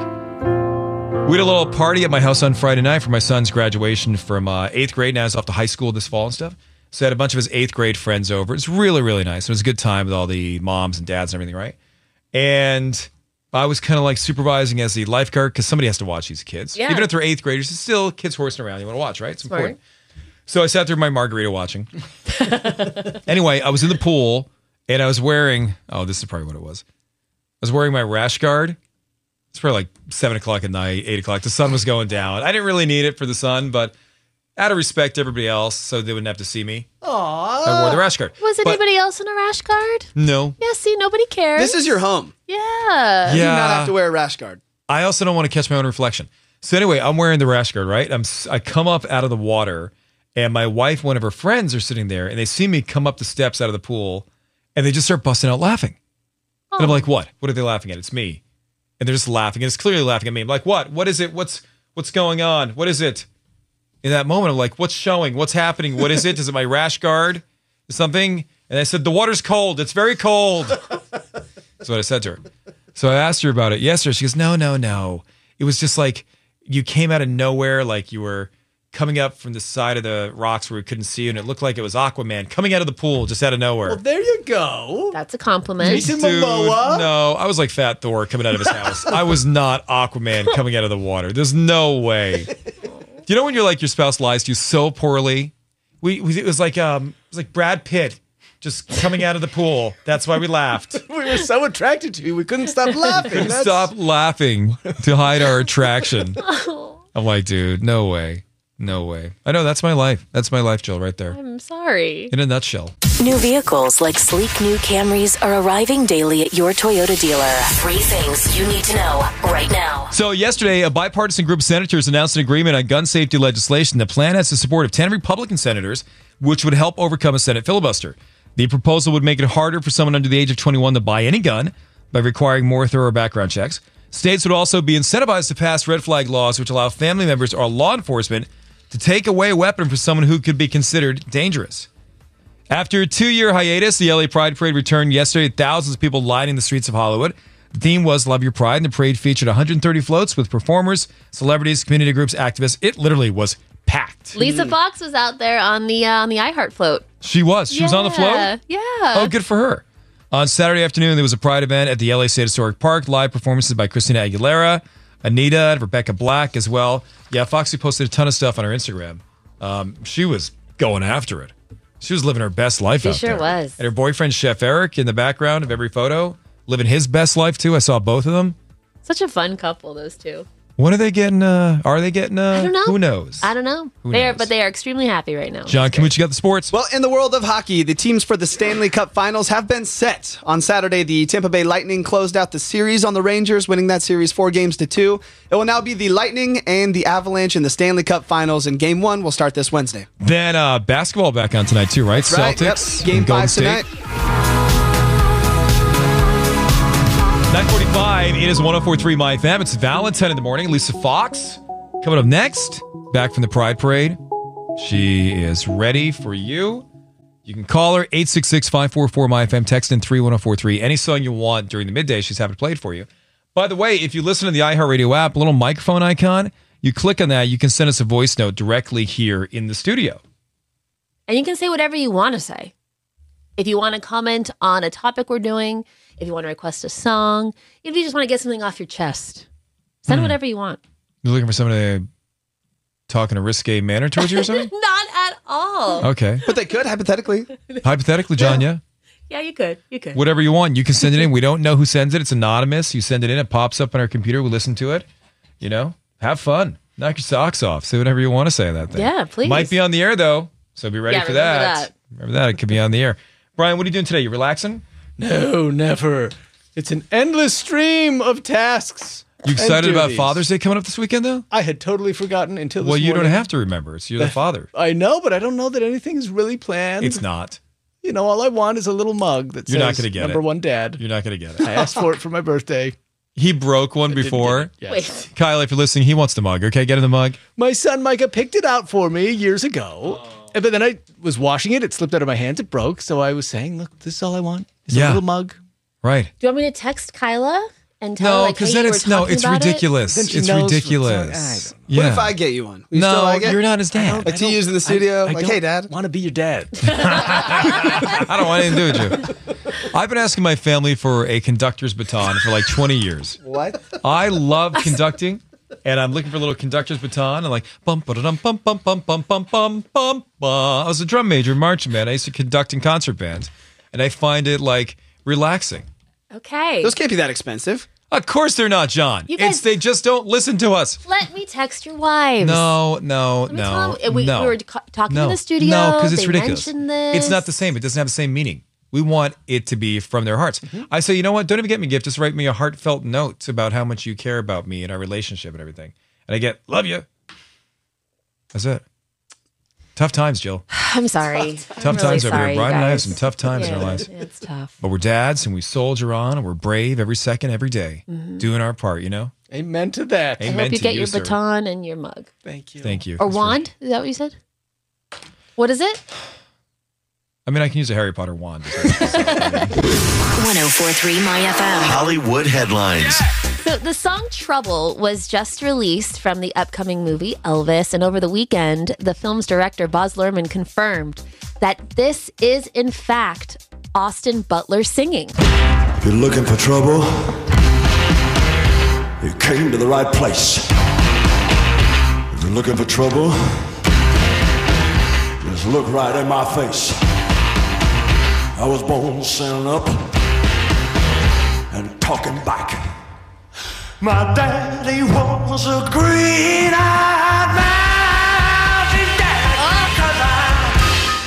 F: We had a little party at my house on Friday night for my son's graduation from uh, eighth grade. Now he's off to high school this fall and stuff. So I had a bunch of his eighth grade friends over. It's really, really nice. It was a good time with all the moms and dads and everything, right? And I was kind of like supervising as the lifeguard because somebody has to watch these kids.
O: Yeah.
F: Even if they're eighth graders, it's still kids horsing around. You want to watch, right? It's
O: Smart.
F: important. So I sat there with my margarita watching. anyway, I was in the pool and I was wearing, oh, this is probably what it was. I was wearing my rash guard. It's probably like seven o'clock at night, eight o'clock. The sun was going down. I didn't really need it for the sun, but out of respect to everybody else, so they wouldn't have to see me,
A: Aww.
F: I wore the rash guard.
A: Was
F: But
A: anybody else in a rash guard?
F: No.
A: Yeah, see, nobody cares.
B: This is your home.
A: Yeah.
B: You do not have to wear a rash guard.
F: I also don't want to catch my own reflection. So anyway, I'm wearing the rash guard, right? I'm s- I come up out of the water, and my wife, one of her friends, are sitting there, and they see me come up the steps out of the pool, and they just start busting out laughing. And I'm like, what? What are they laughing at? It's me. And they're just laughing, and it's clearly laughing at me. I'm like, what? What is it? What's what's going on? What is it? In that moment, I'm like, what's showing? What's happening? What is it? Is it my rash guard? Is something? And I said, the water's cold. It's very cold. That's what I said to her. So I asked her about it yesterday. She goes, No, no, no. It was just like you came out of nowhere, like you were coming up from the side of the rocks where we couldn't see you, and it looked like it was Aquaman coming out of the pool just out of nowhere.
A: Well,
C: there you go.
A: That's a compliment.
F: Dude, No, I was like Fat Thor coming out of his house. I was not Aquaman coming out of the water. There's no way. Do you know when you're like your spouse lies to you so poorly? We, we it was like um it was like Brad Pitt just coming out of the pool. That's why we laughed.
C: we were so attracted to you, we couldn't stop laughing.
F: Couldn't
C: That's-
F: stop laughing to hide our attraction. I'm like, dude, no way. No way. I know that's my life. That's my life, Jill, right there.
A: I'm sorry.
F: In a nutshell.
J: New vehicles like sleek new Camrys are arriving daily at your Toyota dealer. Three things you need to know right now.
F: So yesterday, a bipartisan group of senators announced an agreement on gun safety legislation. The plan has the support of 10 Republican senators, which would help overcome a Senate filibuster. The proposal would make it harder for someone under the age of 21 to buy any gun by requiring more thorough background checks. States would also be incentivized to pass red flag laws which allow family members or law enforcement to take away a weapon from someone who could be considered dangerous. After a two year hiatus, the LA Pride Parade returned yesterday. Thousands of people lining the streets of Hollywood. The theme was Love Your Pride, and the parade featured 130 floats with performers, celebrities, community groups, activists. It literally was packed.
A: Lisa Fox was out there on the uh, on the iHeart float.
F: She was. She was on the
A: Yeah,
F: float.
A: Yeah.
F: Oh, good for her. On Saturday afternoon, there was a Pride event at the LA State Historic Park. Live performances by Christina Aguilera, Anita, and Rebecca Black as well. Yeah, Foxy posted a ton of stuff on her Instagram. Um, she was going after it. She was living her best life
A: She
F: out
A: sure
F: there.
A: was.
F: And her boyfriend, Chef Eric, in the background of every photo, living his best life too. I saw both of them.
A: Such a fun couple, those two.
F: When are they getting? Uh, are they getting? Uh,
A: I don't know.
F: Who knows?
A: I don't know.
F: Who
A: they are,
F: knows?
A: but they are extremely happy right now.
F: John Camucci got the sports.
B: Well, in the world of hockey, the teams for the Stanley Cup Finals have been set. On Saturday, the Tampa Bay Lightning closed out the series on the Rangers, winning that series four games to two. It will now be the Lightning and the Avalanche in the Stanley Cup Finals, and Game One will start this Wednesday.
F: Then uh, basketball back on tonight too, right?
B: That's right, yep.
F: Celtics
B: Game
F: and Golden
B: five
F: State.
B: tonight.
F: 945, it is 1043 My FM. It's Valentine in the morning. Lisa Fox coming up next, back from the Pride Parade. She is ready for you. You can call her 866 544 MyFM, text in 31043. Any song you want during the midday, she's happy to play it for you. By the way, if you listen to the iHeartRadio app, little microphone icon, you click on that, you can send us a voice note directly here in the studio.
A: And you can say whatever you want to say. If you want to comment on a topic we're doing,
F: Hmm.
A: if you want to request a song, if you just want to get something off your chest, send whatever you want.
F: You're looking for someone to talk in a risque manner towards you or something?
A: Not at all.
F: Okay.
B: But they could, hypothetically.
F: Hypothetically, John, yeah.
A: Yeah, you could. You could.
F: Whatever you want, you can send it in. We don't know who sends it. It's anonymous. You send it in, it pops up on our computer. We listen to it. You know, have fun. Knock your socks off. Say whatever you want to say on that thing.
A: Yeah, please.
F: Might be on the air, though. So be ready
A: Yeah,
F: for
A: remember
F: that.
A: that.
F: Remember that. It could be on the air. Brian, what are you doing today? You relaxing?
C: No, never. It's an endless stream of tasks.
F: You
C: and
F: excited about
C: duties.
F: Father's Day coming up this weekend, though?
C: I had totally forgotten until. This
F: Well, you don't
C: morning.
F: have to remember. It's you're the father.
C: I know, but I don't know that anything's really planned.
F: It's not.
C: You know, all I want is a little mug that
F: You're not
C: says
F: going to get
C: number
F: it.
C: one dad.
F: You're not going to get it.
C: I asked for it for my birthday.
F: He broke one
C: didn't
F: before.
C: get it, yes.
F: Kyle, if you're listening, he wants the mug. Okay, get him the mug.
C: My son Micah picked it out for me years ago.
F: Oh.
C: And- But then I was washing it, it slipped out of my hands, it broke. So I was saying, look, this is all I want. It's
F: Yeah.
C: a little mug.
F: Right.
A: Do you want me to text Kyla and tell her?
F: no,
A: like,
F: because
A: hey,
F: then
A: you
F: it's
A: were
F: no,
A: talking
F: it's
A: about it?
F: ridiculous.
B: Then she
F: It's
B: knows what's on-
F: ridiculous.
B: I don't
F: Yeah.
B: What if I get you one? You
F: No,
B: still like it?
F: you're not his dad.
B: Like to use in the studio. like, hey, dad.
C: Want to be your dad?
F: I don't want anything to do with you. I've been asking my family for a conductor's baton for like 20 years.
B: What?
F: I love conducting, and I'm looking for a little conductor's baton and like bum ba dum bum bum bum bum bum bum bum. ba. I was a drum major in marching band. I used to conduct in concert bands, and I find it like relaxing.
A: Okay.
B: Those can't be that expensive.
F: Of course they're not, John.
A: You guys-
F: it's they just don't listen to us.
A: Let me text your wives.
F: No, no,
A: me tell
F: no,
A: 'em, eh, we-
F: no.
A: we were co- talking in the studio,
F: No, because it's
A: they
F: ridiculous.
A: mentioned this.
F: It's not the same. It doesn't have the same meaning. We want it to be from their hearts.
A: Mm-hmm.
F: I say, you know what? Don't even get me a gift. Just write me a heartfelt note about how much you care about me and our relationship and everything. And I get love you. That's it. Tough times, Jill.
A: I'm sorry.
F: Tough times over here. Brian and I have some tough times in our lives.
A: It's tough.
F: But we're dads and we soldier on and we're brave every second, every day,
A: Mhm.
F: doing our part. You know.
C: Amen to that.
A: I
F: Amen
A: hope you
F: to
A: get your
F: sir.
A: baton and your mug.
C: Thank you.
F: Thank you.
A: Or wand? Is that what you said? What is it?
F: I mean, I can use a Harry Potter wand.
Q: 1043 My FM.
D: Hollywood headlines.
A: So the song Trouble was just released from the upcoming movie Elvis, and over the weekend, the film's director Boz Luhrmann confirmed that this is in fact Austin Butler singing.
Y: You're looking for trouble? You came to the right place. If you're looking for trouble, just look right in my face. I was born standing up and talking back. My daddy was a green-eyed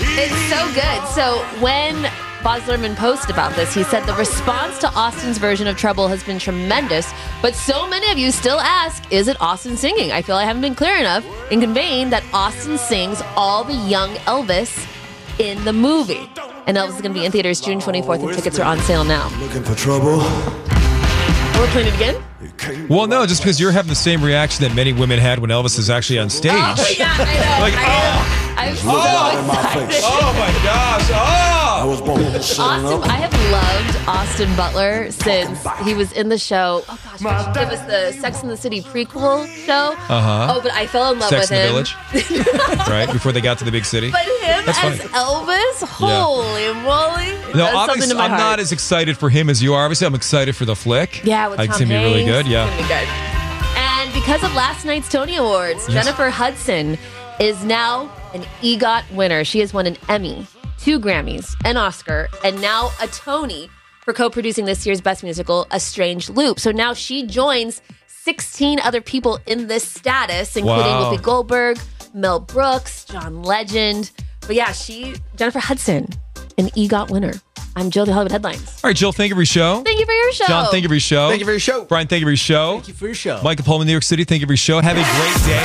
I: Oh.
A: It's so good. So when Boz Luhrmann posted about this, he said the response to Austin's version of Trouble has been tremendous, but so many of you still ask, is it Austin singing? I feel I haven't been clear enough in conveying that Austin sings all the young Elvis in the movie. And Elvis is going to be in theaters June 24th, and tickets are on sale now.
Y: Looking for trouble?
A: We're playing it again?
F: Well, no, just because you're having the same reaction that many women had when Elvis is actually on stage.
A: Oh, yeah, I know.
F: Like,
A: I'm so
C: Oh,
Y: Look right in my
A: excited.
Y: face. Oh,
F: my gosh. Oh!
Y: I was born standing
A: Austin,
Y: up.
A: I have loved Austin Butler since he was in the show. Oh gosh, gosh it was the Sex and the City prequel show.
F: Uh-huh.
A: Oh, but I fell in love
F: Sex
A: with
F: in the
A: him.
F: Village, right? Before they got to the big city.
A: But him
F: That's
A: as
F: funny.
A: Elvis, holy moly!
F: No,
A: That's something
F: obviously,
A: to
F: I'm
A: my heart.
F: not as excited for him as you are. Obviously, I'm excited for the flick.
A: Yeah, with
F: I think
A: Tom
F: Uh, it's gonna be really
A: Hanks.
F: good. Yeah.
A: It's gonna be good. And because of last night's Tony Awards,
F: Yes.
A: Jennifer Hudson is now an EGOT winner. She has won an Emmy, two Grammys, an Oscar, and now a Tony for co-producing this year's best musical, A Strange Loop. So now she joins 16 other people in this status, including
F: Wow.
A: Whoopi Goldberg, Mel Brooks, John Legend. But yeah, she Jennifer Hudson, an EGOT winner. I'm Jill the Hollywood Headlines.
F: All right, Jill, thank you for your show.
A: Thank you for your show.
F: John, thank you for your show.
B: Thank you for your show.
F: Brian, thank you for your show. Thank
C: you for your show.
F: Michael Pullman, New York City, thank you for your show. Have a great day.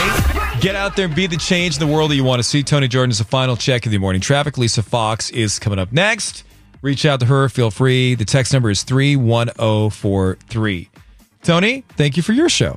F: Get out there and be the change in the world that you want to see. Tony Jordan is the final check of the morning traffic. Lisa Fox is coming up next. Reach out to her. Feel oh free. The text number is 31043. Tony, thank you for your show.